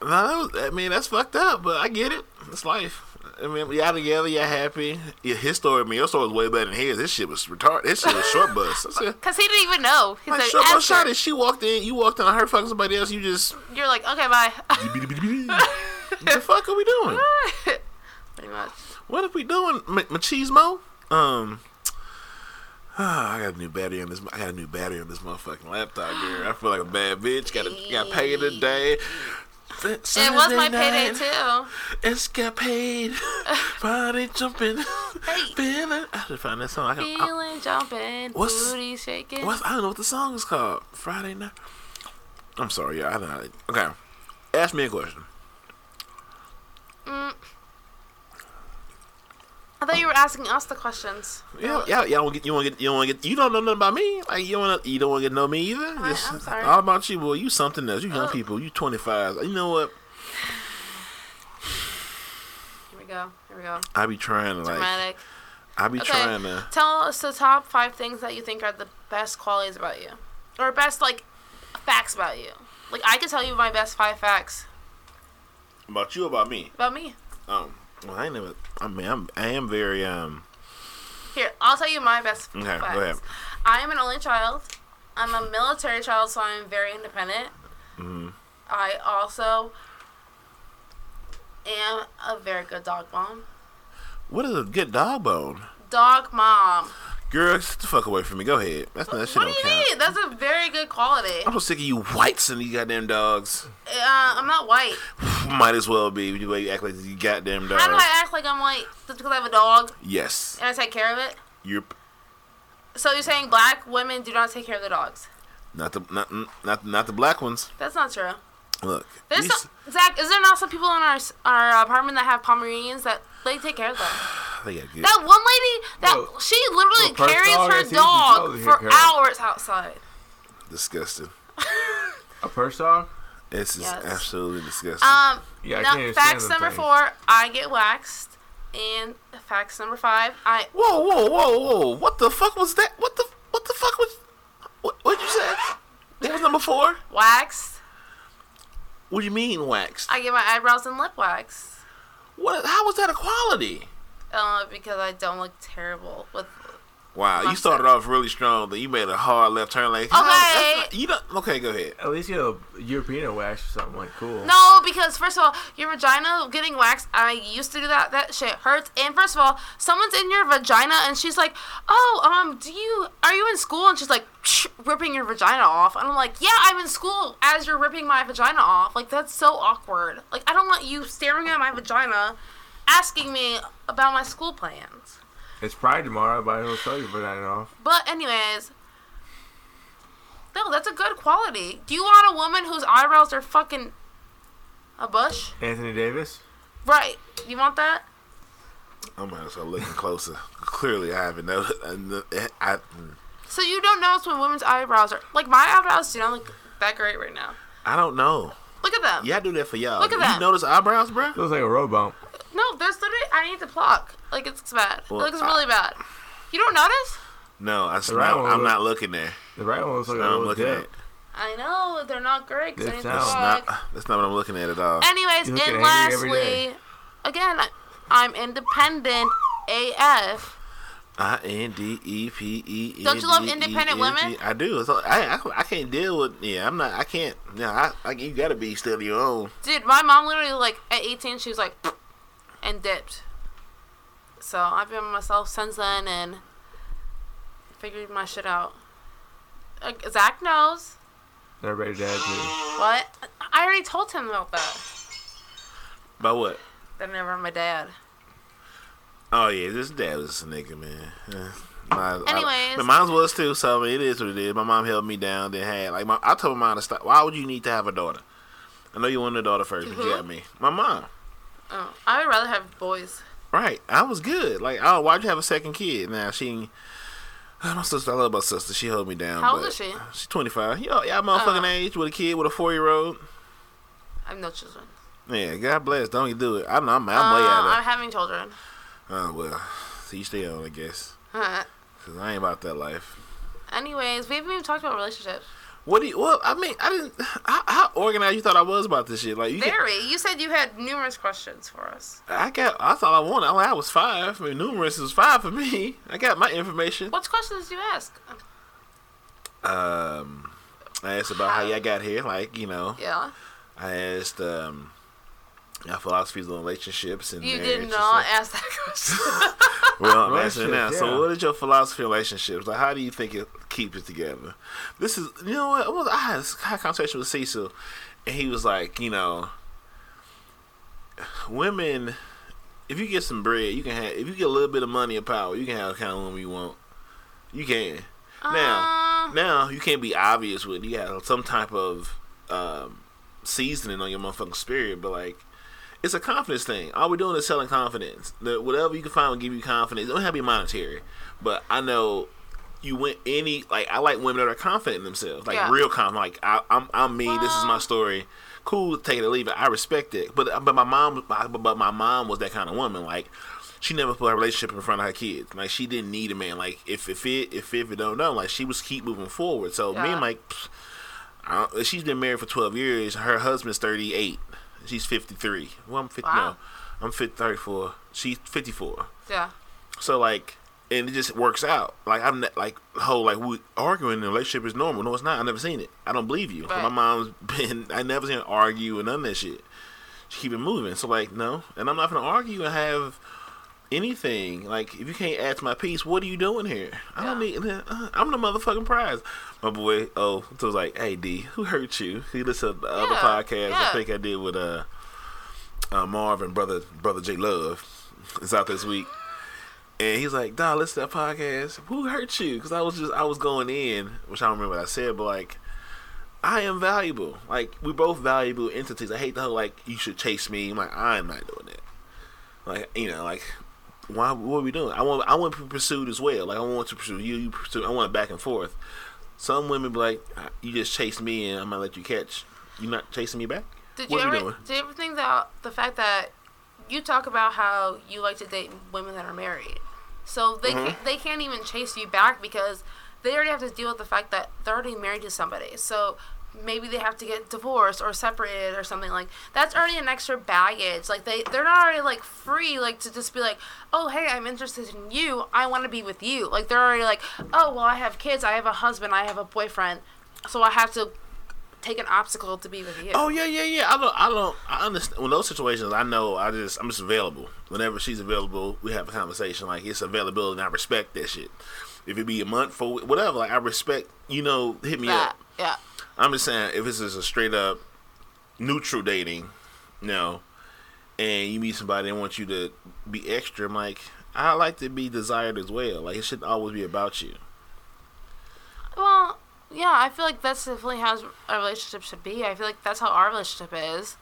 S5: No, that was, I mean that's fucked up, but I get it. It's life. I mean, y'all together, y'all happy. Yeah, his story, I mean, your story was way better than his. This shit was retarded. This shit was short bus. I said,
S3: Cause he didn't even know. He
S5: like,
S3: said,
S5: short bus
S3: "After."
S5: shot it. She walked in, you walked in on her fucking somebody else. You just,
S3: You're like, okay, bye.
S5: what the fuck are we doing?
S3: Pretty much.
S5: What if we doing ma- machismo? Um, I got a new battery on this. I got a new battery on this motherfucking laptop, girl. I feel like a bad bitch. Got to got paid today.
S3: It was my payday too.
S5: Escapade, body jumping.
S3: Hey.
S5: Feeling. I should find that song. I can, I,
S3: Feeling jumping,
S5: Uh, What's-
S3: booty shaking.
S5: what's, I don't know what the song is called. Friday night. I'm sorry, y'all. I don't. Okay, ask me a question.
S3: I thought you were asking us the questions.
S5: Yeah, yeah, y'all wanna get, you want to get, you want to get, you don't know nothing about me. Like you want to, you don't want to get to know me either.
S3: I-
S5: Just
S3: I'm sorry.
S5: All about you. Well, you something else. You young
S3: Oh.
S5: people. You twenty five. You know what?
S3: Here we go. Here we go.
S5: I be trying to like.
S3: Dramatic.
S5: I be
S3: Okay.
S5: trying to.
S3: Tell us the top five things that you think are the best qualities about you, or best like facts about you. Like I could tell you my best five facts
S5: About you, about me.
S3: about me.
S5: Um. Well, I ain't never. I mean, I'm. I am very. Um.
S3: Here, I'll tell you my best
S5: Okay,
S3: facts.
S5: go ahead.
S3: I am an only child. I'm a military child, so I'm very independent.
S5: Mm-hmm.
S3: I also am a very good dog mom.
S5: What is a good dog bone?
S3: Dog mom.
S5: Girl, get the fuck away from me. Go ahead. That's not that shit.
S3: what do
S5: don't
S3: you
S5: count.
S3: mean? That's a very good quality.
S5: I'm so sick of you whites and you goddamn dogs.
S3: Uh, I'm not white.
S5: Might as well be the way you act like you goddamn dogs.
S3: How do I act like I'm white just because I have a dog
S5: yes,
S3: and I take care of it?
S5: you're
S3: So you're saying black women do not take care of their dogs?
S5: not the not not not the black ones.
S3: That's not true.
S5: Look,
S3: There's
S5: you s-
S3: some, Zach, is there not some people in our s- our apartment that have Pomeranians that they take care of them?
S5: they got good.
S3: That one lady, that
S4: Well,
S3: she literally
S4: well, first
S3: carries
S4: dog,
S3: her
S4: that's easy.
S3: dog
S4: Totally
S3: for
S4: take care of.
S3: hours outside.
S5: disgusting.
S4: A purse dog.
S5: This is
S3: Yes.
S5: absolutely disgusting.
S3: Um,
S4: Yeah, I
S3: now,
S4: can't stand
S3: facts
S4: them
S3: number
S4: things.
S3: four, I get waxed, and facts number five, I
S5: whoa, whoa, whoa, whoa! What the fuck was that? What the what the fuck was? What what'd you say? That was number four.
S3: waxed.
S5: What do you mean waxed?
S3: I get my eyebrows and lip wax
S5: What? How was that a quality?
S3: uh, because I don't look terrible with.
S5: Wow, you
S3: Mustard.
S5: started off really strong, then you made a hard left turn. Like, how- that's
S3: Okay.
S5: not- you don't. Okay, go ahead.
S4: At least get a European wax or something like cool.
S3: No, because first of all, your vagina getting waxed. I used to do that. That shit hurts. And first of all, someone's in your vagina, and she's like, "Oh, um, do you are you in school?" And she's like, "Psh," ripping your vagina off. And I'm like, "Yeah, I'm in school." As you're ripping my vagina off, like that's so awkward. Like I don't want you staring at my vagina, asking me about my school plans.
S4: It's Pride tomorrow, but I'll sell you for that and all.
S3: But anyways. No, that's a good quality. Do you want a woman whose eyebrows are fucking a bush?
S4: Anthony Davis.
S3: Right. You want that?
S5: I'm gonna start looking closer. Clearly, I haven't noticed. I, I,
S3: So you don't notice when women's eyebrows are like my eyebrows do not look that great right now.
S5: I don't know.
S3: Look at them.
S5: Y'all do that for y'all.
S3: Look at
S5: you
S3: that.
S5: notice eyebrows, bro?
S4: It looks like a road bump.
S3: No, there's literally I need to pluck. Like it's bad.
S5: Well,
S3: it looks
S4: uh,
S5: I-
S3: really bad. You don't notice?
S5: No, I, am
S4: right
S5: not,
S4: one
S5: I'm
S4: look-
S5: not looking there.
S4: The right one looks like a
S5: I'm
S4: little
S5: looking at.
S4: dip.
S3: I know they're not great. 'cause I
S4: It's
S3: need to
S4: not-
S5: That's
S3: pluck.
S5: not. That's not what I'm looking at at all.
S3: Anyways,
S4: You look
S3: and
S4: angry every
S3: lastly,
S4: day.
S3: again, I, I'm independent. AF.
S5: I N D E P E. N,
S3: Don't you love
S5: D, E,
S3: independent
S5: N, T.
S3: women?
S5: I do. So I, I I can't deal with. Yeah, I'm not. I can't. Yeah, I, I you gotta be still your own.
S3: Dude, my mom literally like at 18 she was like and dipped. So I've been myself since then and figured my shit out. Like, Zach knows.
S4: Everybody dad too.
S3: What? I already told him about that.
S5: By what?
S3: That never my dad.
S5: Oh yeah, this dad was a nigga, man. Yeah. Mine- I-
S3: Anyways.
S5: but mine was too. So I mean, it is what it is. My mom held me down. Then had like my, I told my mom to stop. Why would you need to have a daughter? I know you wanted a daughter first, but
S3: Who?
S5: you got me. My mom.
S3: Oh, I would rather have boys.
S5: Right. I was good. Like, oh, why'd you have a second kid? Now she. My sister, I love my sister. She held me down.
S3: How old
S5: but
S3: is she?
S5: She's twenty five. Yo, y'all motherfucking
S3: Oh.
S5: age with a kid with a four year old.
S3: I have no children.
S5: Yeah, God bless. Don't you do it. I'm, I'm, I'm way
S3: Uh,
S5: out of.
S3: I'm having children.
S5: Oh well, so you stay on, I guess.
S3: Huh.
S5: Cause I ain't about that life.
S3: Anyways, we haven't even talked about relationships.
S5: What do you? Well, I mean, I didn't. How, how organized you thought I was about this shit? Like you, can't-
S3: Very. You said you had numerous questions for us.
S5: I got. I thought I wanted. I, I was five. I mean, numerous is five for me. I got my information.
S3: What questions did you ask?
S5: Um, I asked about how y'all got here. Like you know,
S3: Yeah.
S5: I asked um, our philosophies on relationships and
S3: You
S5: marriage
S3: did
S5: and
S3: not
S5: stuff.
S3: ask that question.
S5: Well, I'm answering now.
S4: Relationships, yeah.
S5: So, what is your philosophy on relationships? Like, how do you think it keeps it together? This is, you know, what I, was, I had a high conversation with Cecil, and he was like, you know, women. If you get some bread, you can have. If you get a little bit of money and power, you can have the kind of woman you want. You can. Now,
S3: Uh.
S5: now you can't be obvious with it. you have some type of um, seasoning on your motherfucking spirit, but like it's a confidence thing. All we're doing is selling confidence. The, whatever you can find will give you confidence. It don't have to be monetary, but I know you went any like I like women that are confident in themselves, like
S3: Yeah.
S5: real confident. Like I, I'm, I'm me. This is my
S3: Well-
S5: story. Cool, take it or leave it. I respect it. But but my mom, but but my mom was that kind of woman. Like she never put her relationship in front of her kids. Like she didn't need a man. Like if if it if if it don't know, like she was keep moving forward. So me
S3: Yeah.
S5: and like. pfft, I don't- she's been married for 12 years. Her husband's 38. She's 53. Well, I'm 50.
S3: Wow.
S5: No, I'm 50, 34. She's 54.
S3: yeah.
S5: So like, and it just works out. Like I'm not, like whole like we arguing in a relationship is normal. No, it's not. I never seen it. I don't believe you.
S3: Right.
S5: My mom's been. I never seen her argue and none of that shit. She keep it moving. So like no, and I'm not gonna argue and have anything. Like if you can't add to my piece, what are you doing here? I don't need. Uh, I'm the motherfucking prize. My boy. Oh, so was like, hey D, who hurt you? He listened to the other
S3: Yeah,
S5: podcast.
S3: yeah.
S5: I think I did with uh, uh Marv and brother brother J Love. It's out this week. And he's like, "Dog, listen to that podcast. Who hurt you?" Because I was just, I was going in, which I don't remember what I said, but like, I am valuable. Like, we both valuable entities. I hate the whole like, you should chase me. I'm like, I'm not doing that. Like, you know, like, why? What are we doing? I want, I want to be pursued as well. Like, I want to pursue you. You pursue. I want it back and forth. Some women be like, "Uh, "You just chase me, and I'm gonna let you catch. You not chasing me back?
S3: Did
S5: what
S3: you
S5: are we
S3: ever
S5: doing?"
S3: did you ever think that the fact that you talk about how you like to date women that are married, so they
S5: Mm-hmm.
S3: can't, they can't even chase you back because they already have to deal with the fact that they're already married to somebody. So maybe they have to get divorced or separated or something like that's already an extra baggage. Like they they're not already like free like to just be like, oh hey, I'm interested in you. I want to be with you. Like they're already like, oh well, I have kids, I have a husband, I have a boyfriend, so I have to. Take an obstacle to be with you.
S5: Oh yeah, yeah, yeah. I don't, I don't, I understand. When those situations, I know, I just, I'm just available. Whenever she's available, we have a conversation. Like it's availability, and I respect that shit. If it be a month for whatever, like I respect. You know, hit me
S3: that.
S5: up.
S3: Yeah.
S5: I'm just saying, if it's just a straight up neutral dating, no, and you meet somebody and want you to be extra, I'm like, I like to be desired as well. Like it shouldn't always be about you.
S3: Well, yeah, I feel like that's definitely how a relationship should be. I feel like that's how our relationship is.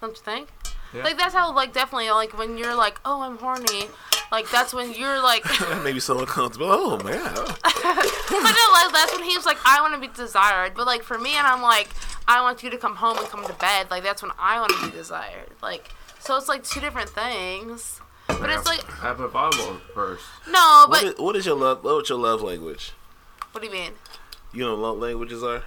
S3: Don't you think?
S4: Yeah.
S3: Like that's how like definitely like when you're like, "Oh, I'm horny." Like that's when you're like
S5: That made me so uncomfortable. Oh man.
S3: But no, like that's when he was like, "I want to be desired." But like for me and I'm like, "I want you to come home and come to bed." Like that's when I want to be desired. Like so it's like two different things. But it's like
S4: I put volleyball first.
S3: no,
S5: What
S3: but
S5: is, what is your love? What's your love language?
S3: what do you mean?
S5: You know, what love languages are.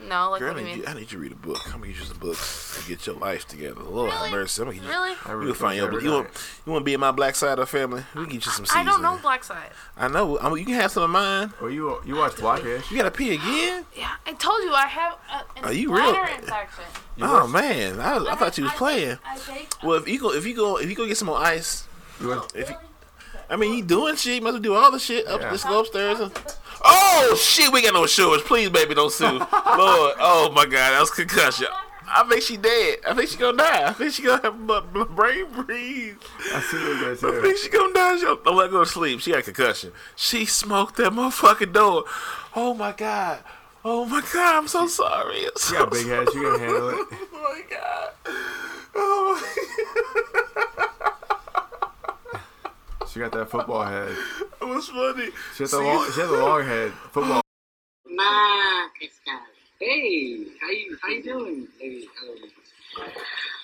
S3: No, like
S5: Girl,
S3: what do
S5: I
S3: you
S5: need,
S3: mean?
S5: you, I need you to read a book. I'm gonna get you some books to get your life together. Lord have
S3: Really?
S5: mercy. I'm gonna get you.
S3: Really?
S4: I
S5: You
S4: read
S5: can find your
S4: every
S5: book. You want,
S4: night.
S5: you want to be in my black side of family? We can get you some
S3: I
S5: seasoning.
S3: don't know Black Side.
S5: I know. I mean, you can have some of mine.
S4: Well, you you watch Blackish.
S5: You gotta pee again?
S3: Yeah, I told you I have a, an
S5: Are you
S3: bladder
S5: real?
S3: infection.
S5: oh man, I, I thought you was playing.
S3: I think
S5: Well, if you go, if you go, if you go get some more ice.
S4: You want,
S5: If you, I mean, you doing shit. You must well do all the shit. Up,
S4: Yeah.
S5: Just go upstairs. And, oh shit, we got no insurance. Please, baby, don't sue. Lord, oh my God, that was concussion. I think she dead. I think she gonna die. I think she gonna have bl- bl- brain freeze.
S4: I see that
S5: I think
S4: too.
S5: she gonna die. She don't, don't let go to sleep. She got concussion. She smoked that motherfucking door. Oh my god. Oh my god. I'm so sorry. I'm so
S4: You got big heads. You can handle it.
S5: Oh my god. Oh my
S4: She got that football head.
S5: It was funny.
S4: She has a long, she has a long head. Football.
S8: Marcus, darling. Hey, how you how you doing? Hey, um,